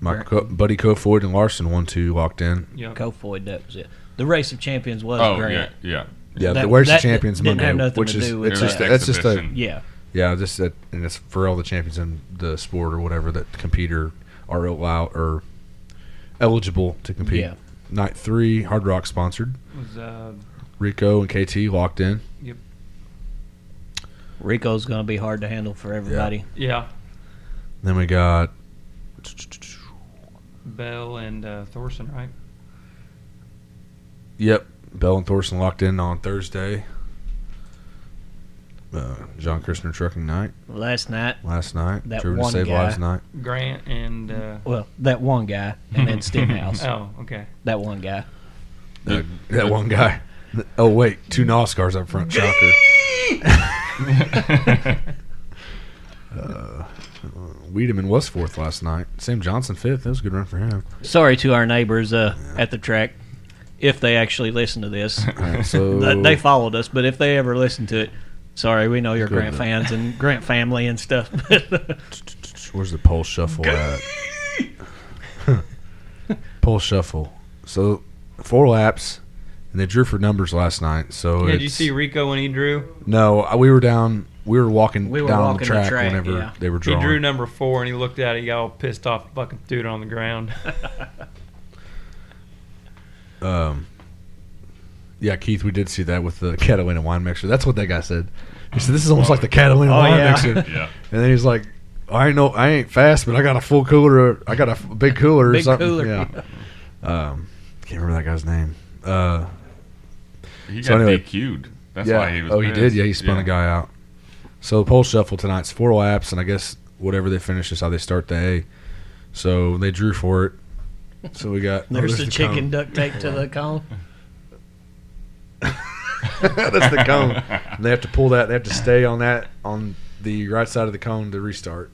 My
Right.
co- buddy Kofoid and Larson one two locked in.
Yeah. Kofoid, that was it. The race of champions was
Oh,
Grant.
yeah, yeah.
Yeah,
That-
the Where's the
that
Champions
didn't
Monday,
have nothing
which
to
is
do with
it's
that.
just that's just a
Exhibition.
Yeah.
yeah just that and it's for all the champions in the sport or whatever that compete or are allowed or eligible to compete.
Yeah.
Night three, Hard Rock sponsored.
Was uh,
Rico and KT locked in.
Rico's going to be hard to handle for everybody.
yeah.
Then we got
Bell and uh, Thorson, right?
Yep. Bell and Thorson locked in on Thursday. Uh, John Kirshner trucking night.
Last night.
Last night.
That
Driven
one
to save
guy.
lives night.
Grant and uh,
Well, that one guy, and then Stenhouse.
Oh, okay.
That one guy.
Uh, that one guy. Oh wait, two NASCARs up front. Shocker. uh, Wiedemann was fourth last night. Sam Johnson fifth. That was a good run for him.
Sorry to our neighbors uh, at the track, if they actually listen to this.
right, so-
They- they followed us, but if they ever listen to it, sorry, we know you're
Good
Grant
enough.
fans and Grant family and stuff.
Oh, Where's the pole shuffle at? pole shuffle. So four laps, and they drew for numbers last night. So
yeah,
it's,
did you see Rico when he drew?
No, I- we were down. We were walking
We were
down
walking
the,
the
track
track,
whenever
yeah.
they were
He
drawing.
drew number four, and he looked at it. He got all pissed off, fucking threw it on the ground.
Um, yeah, Keith, we did see that with the Catalina wine mixer. That's what that guy said. He said, "This is almost like the Catalina
Oh,
wine
yeah.
mixer."
Yeah.
And then he's like, "I ain't no, I ain't fast, but I got a full cooler. I got a f- big cooler or
Big
something."
cooler.
Yeah. Um, can't remember that guy's name. Uh,
He
so
got
anyway,
DQ'd. That's
yeah.
why he was
Oh, he did.
pissed.
Yeah, he spun
Yeah.
a guy out. So the pole shuffle tonight's four laps, and I guess whatever they finish is how they start the A. So they drew for it. So we got oh,
There's the,
cone.
chicken duct tape to the cone.
That's the cone. And they have to pull that. They have to stay on that on the right side of the cone to restart.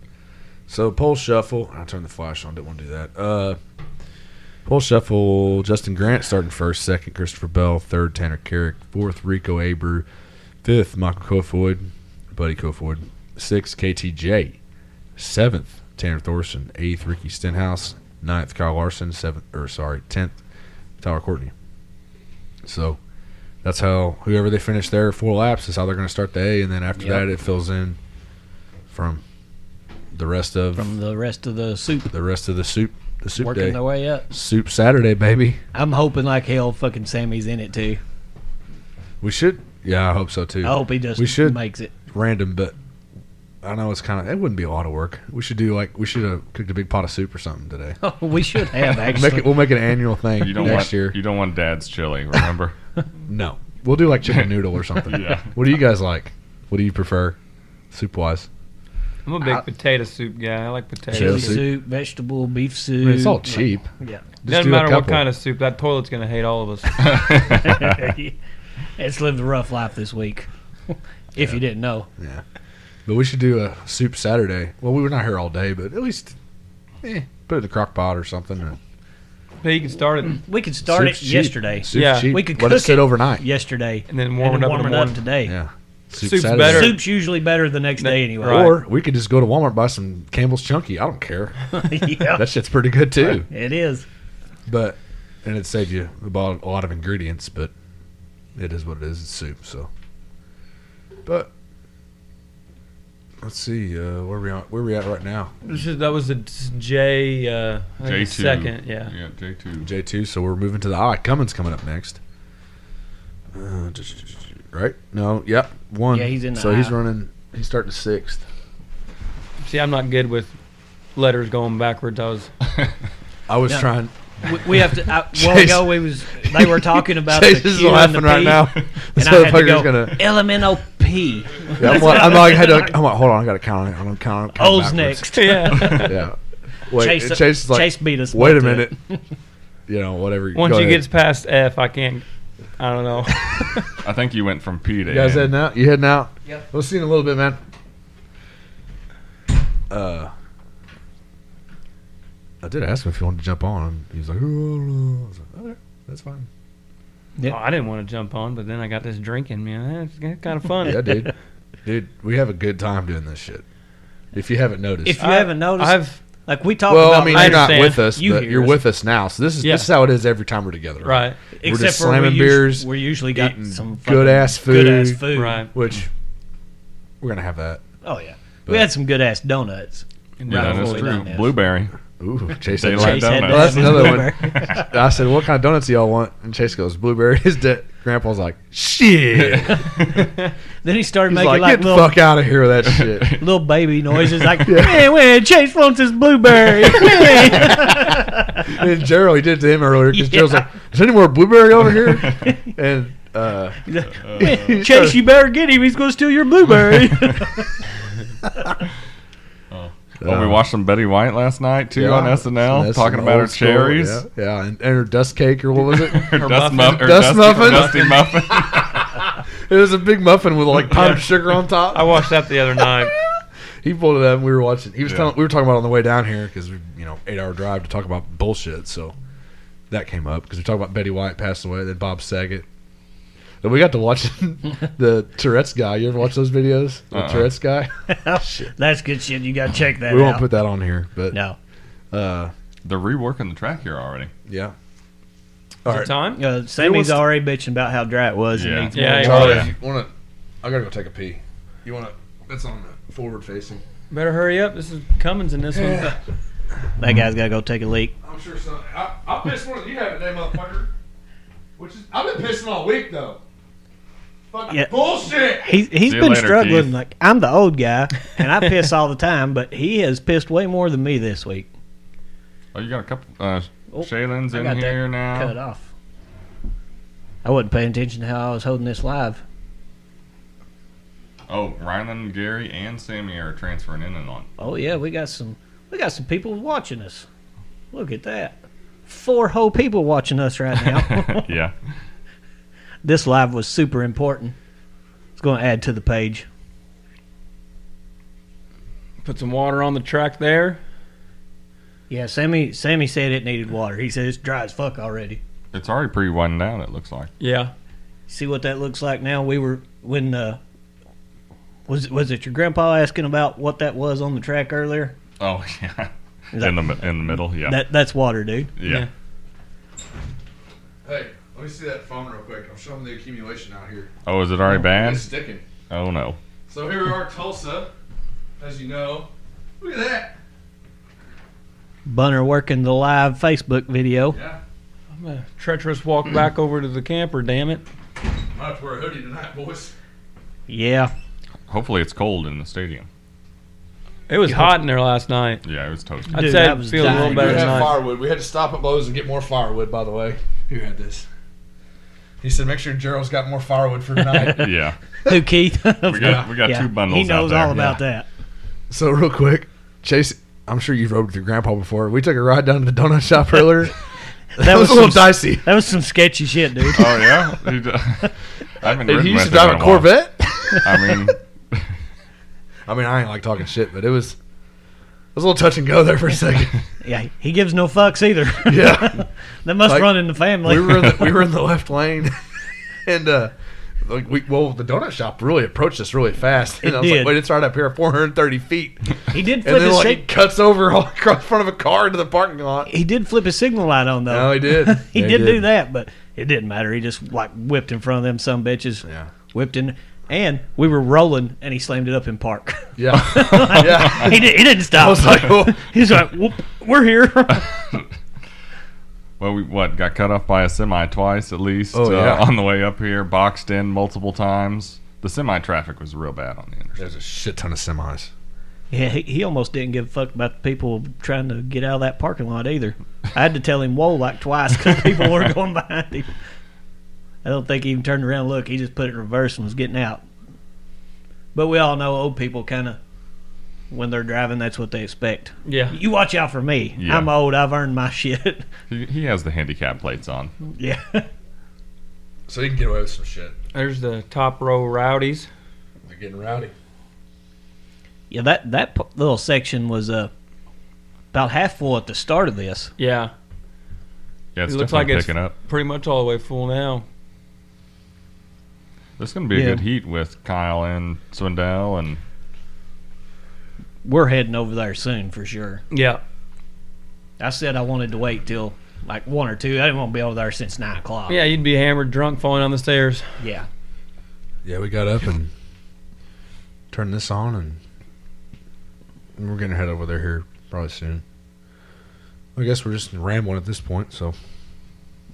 So pole shuffle. I turned the flash on. Didn't want to do that. Uh, pole shuffle. Justin Grant starting first, second Christopher Bell, third Tanner Carrick, fourth Rico Abreu, fifth Michael Kofoid, Buddy Kofoid, sixth KTJ, seventh Tanner Thorson, eighth Ricky Stenhouse, ninth Kyle Larson, seventh or sorry tenth Tyler Courtney. So that's how whoever they finish their four laps is how they're going to start the A, and then after
Yep.
that it fills in from the rest of
From the rest of the soup,
the rest of the soup, the soup
working
day,
their way up.
soup Saturday, baby.
I'm hoping like hell fucking Sammy's in it too.
We should, yeah, I hope so too.
I hope he just
We should
makes it.
random, but I know it's kind of it wouldn't be a lot of work. We should do like we should have cooked a big pot of soup or something today.
Oh, we should have
Make it-
actually.
we'll make it an annual thing
You don't
next
want,
year.
You don't want dad's chili, remember?
No, we'll do like chicken noodle or something.
Yeah.
What do you guys like? What do you prefer, soup wise?
I'm a big potato soup guy. I like potatoes.
Chili soup, vegetable, beef soup.
it's all cheap.
Yeah.
Just
Doesn't
do a
matter what
couple.
kind of soup. That toilet's gonna hate all of us.
it's lived a rough life this week. If you didn't know.
Yeah. But we should do a soup Saturday. Well, we were not here all day, but at least eh, put it in the crock pot or something. and-
But you can start it.
We could start
Soup's
it
cheap.
yesterday.
Soup's cheap.
We could
Let
cook
it sit overnight.
yesterday
And then warm it up in the morning.
today.
Yeah. Soup
Soup's
Saturday.
better.
Soup's usually better the next day anyway.
Or we could just go to Walmart buy some Campbell's Chunky. I don't care.
Yeah.
That shit's pretty good too.
it is.
But and it saved you a bo- a lot of ingredients, but it is what it is. It's soup, so. But let's see uh, where we on, where we at right now.
This is, that was a J. Uh, I think
J2.
it's Second, yeah.
Yeah, J2.
J two, so we're moving to the I. Cummins coming up next. Uh, right? No. Yep. One.
Yeah, he's in the
so he's
I.
running. He's starting sixth.
See, I'm not good with letters going backwards. I was.
I was
No.
trying.
We, we have to. I, a while
Chase-
ago, we was they were talking about
Chase
the
is
Q and the
laughing right
P,
now. This
and I had to go
motherfucker's gonna-
LMNOP.
Yeah, I'm, like, I'm like, I had to, I'm like, hold on, I got to count. I'm gonna count. count
O's next.
backwards.
Yeah.
yeah. Wait,
Chase-
Chase, Chase is like,
Chase beat us
Wait a
by
minute.
two."
you know, whatever.
Once
Go
you
ahead.
get past F, I can't. I don't know.
I think you went from P to
you guys
N.
heading out? You heading out?
Yep.
We'll see you in a little bit, man. Uh, I did ask him if he wanted to jump on. He was like, oh, no. I was like, okay, that's fine.
Oh, I didn't want to jump on, but then I got this drinking, man. It's kind of fun.
Yeah, dude. dude, we have a good time doing this shit. If you haven't noticed.
If you
I-
haven't noticed,
I've-
like we talked
well,
about.
I mean,
last
you're not
time,
with us,
you
but
hear
you're
us.
with us now. So this is
Yeah.
this is how it is every time we're together.
Right.
We're
Except
just
for we
slamming
usu-
beers.
we're usually got
eating
some fucking
good ass food.
good-ass food. Right.
Which we're gonna have that.
Oh yeah, we
But-
had some good ass donuts.
Yeah,
Right
that's
before we
true.
done this.
Blueberry.
Ooh, Chase
They
had-
like
Chase had-
donuts.
Well, that's
Blueberry.
another one. I said, "What kind of donuts do y'all want?" And Chase goes, "Blueberry is de- Grandpa was like, "Shit."
Then he started
He's
making
like,
like,
"Get the
little,
fuck outta here with that shit."
little baby noises, like
Yeah.
man, man, Chase wants his blueberry.
and Gerald, he did it to him earlier because
Yeah.
Gerald's like, "Is there any more blueberry over here?" and uh,
Man, Chase, you better get him. He's going to steal your blueberry.
Well, Oh, we watched some Betty White last night too
Yeah.
on
So
SNL,
that's
talking
some
about her
old school,
cherries.
yeah, yeah, And, and her dust cake or what was it? her
dust muff- her
dust muffin,
dusty- dusty muffin.
it was a big muffin with like powdered
Yeah.
sugar on top.
I watched that the other night.
He pulled it up. and We were watching. He was
Yeah.
telling. We were talking about it on the way down here because we, you know, eight hour drive to talk about bullshit. So that came up because we talked about Betty White passed away, then Bob Saget. And we got to watch the Tourette's guy. You ever watch those videos? The
Uh-uh.
Tourette's guy.
That's good shit. You got to check that
we
out.
won't put that on here, but
no.
Uh,
They're reworking the track here already.
Yeah.
All
right.
time?
Uh, Sammy's already bitching about how dry it was.
Yeah.
And needs
Yeah,
more
he
water.
was.
You want to? I gotta go take a pee. You want to? That's on the forward facing.
Better hurry up. This is Cummins in this one.
That guy's got to go take a leak.
I'm sure some. I, I'll piss one of you have today, motherfucker. Which is I've been pissing all week though. Fucking
Yeah.
bullshit.
He's, he's been struggling. Like, I'm the old guy, and I piss all the time, but he has pissed way more than me this week.
Oh, you got a couple. Uh, Shaylin's
Oh. I
in
got that
here now.
cut off. I wasn't paying attention to how I was holding this live.
Oh, Rylan, Gary, and Sammy are transferring in and on.
Oh yeah, we got some we got some people watching us. Look at that. Four whole people watching us right now.
yeah.
This live was super important. It's going to add to the page.
Put some water on the track there.
Yeah, Sammy Sammy said it needed water. He said it's dry as fuck already.
It's already pretty widened out. It looks like.
Yeah.
See what that looks like now. We were when uh was it, was it your grandpa asking about what that was on the track earlier?
Oh yeah. in the mi- in the middle. Yeah.
That that's water, dude.
yeah.
Hey, let me see that phone real quick. I'm showing the accumulation out here.
Oh, is it already bad?
It's sticking.
Oh no.
So here we are, Tulsa. As you know, look at that.
Bunner working the live Facebook video.
I'm a treacherous walk back over to the camper, damn it.
Might have to wear a hoodie tonight, boys.
Yeah.
Hopefully, it's cold in the stadium.
It was hot in there last night.
Yeah, it was toasty.
I'd say it feels a little better
We had
tonight.
firewood. We had to stop at Lowe's and get more firewood. By the way, who had this? He said, "Make sure Gerald's got more firewood for tonight."
yeah.
Who, Keith?
We got- we got two bundles
He knows
out there.
all about
Yeah.
that.
So real quick, Chase, I'm sure you've rode with your grandpa before. We took a ride down to the donut shop earlier. that, was, a little
some-
dicey.
That was some sketchy shit, dude.
Oh yeah. He d- I haven't
Hey,
ridden
he used to
with him
drive
in
a
while.
Corvette?
I mean,
I mean, I ain't like talking shit, but it was it was a little touch and go there for a second.
Yeah, he gives no fucks either.
Yeah.
that must
Like,
run in the family.
We were in the, we were in the left lane, and uh, like we well the donut shop really approached us really fast. And
It
I was
did.
like, wait, it's right up here, 430 feet.
he did
And
flip
then
his
like
sig-
it cuts over all across front of a car into the parking lot.
he did flip his signal light on though.
No, he did.
he
Yeah,
did, do that, but it didn't matter. He just like whipped in front of them some bitches.
Yeah.
Whipped in and we were rolling and he slammed it up in park.
Yeah,
Like,
yeah.
He, did, he didn't stop.
I was like, "Whoa."
He's like, Whoop, we're here.
well, we what got cut off by a semi twice at least
Oh,
uh,
yeah.
on the way up here, boxed in multiple times. The semi traffic was real bad on the interstate.
There's a shit ton of semis.
Yeah, he, he almost didn't give a fuck about the people trying to get out of that parking lot either. I had to tell him whoa like twice because people were going behind him. I don't think he even turned around. and Look, he just put it in reverse and was getting out. But we all know old people kind of, when they're driving, that's what they expect.
Yeah.
You watch out for me.
Yeah.
I'm old. I've earned my shit.
He, he has the handicap plates on.
yeah.
So you can get away with some shit.
There's the top row rowdies.
They're getting rowdy.
Yeah. That that p- little section was uh, about half full at the start of this.
Yeah.
Yeah, it's
it looks like
definitely
it's
picking up.
pretty much all the way full now.
This is gonna be a
Yeah.
good heat with Kyle and Swindell and
We're heading over there soon for sure.
Yeah.
I said I wanted to wait till like one or two. I didn't want to be over there since nine o'clock.
Yeah, you'd be hammered drunk falling down the stairs.
Yeah.
Yeah, we got up and turned this on, and we're gonna head over there here probably soon. I guess we're just rambling at this point, so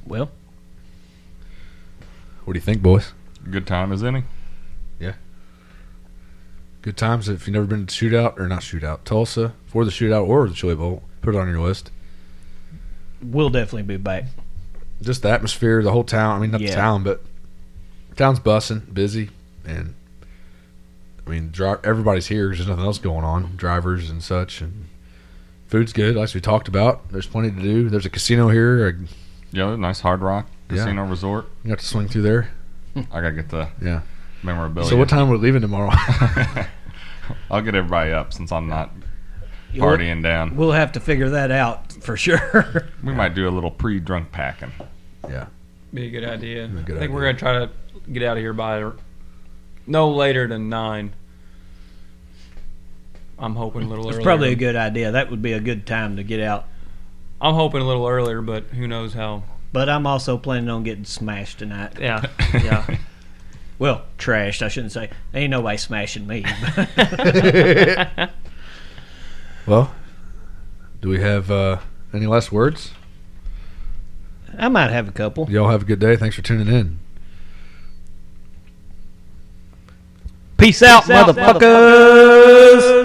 Well,
What do you think, boys?
Good time as any.
Yeah. Good times if you've never been to shootout or not shootout Tulsa for the shootout or the Chili Bowl. Put it on your list.
We'll definitely be back.
Just the atmosphere, the whole town. I mean, not
Yeah.
the town, but town's bussing, busy, and I mean, dri- everybody's here 'cause there's nothing else going on. Drivers and such, and food's good, like we talked about. There's plenty to do. There's a casino here. A,
Yeah, nice Hard Rock
Yeah.
Casino Resort.
you have to swing through there.
I gotta get the
Yeah.
memorabilia.
So what time we're leaving tomorrow?
I'll get everybody up since I'm not
You'll-
partying down.
We'll have to figure that out for sure.
We might do a little pre-drunk packing.
Yeah.
Be a good idea.
Be a
I
good
think we're gonna try to get out of here by no later than nine. I'm hoping a little
It's
earlier.
probably a good idea. That would be a good time to get out.
I'm hoping a little earlier, but who knows how.
But I'm also planning on getting smashed tonight.
Yeah, yeah.
Well, trashed. I shouldn't say. Ain't nobody smashing me.
Well, do we have uh, any last words?
I might have a couple.
Y'all have a good day. Thanks for tuning in.
Peace out, motherfuckers.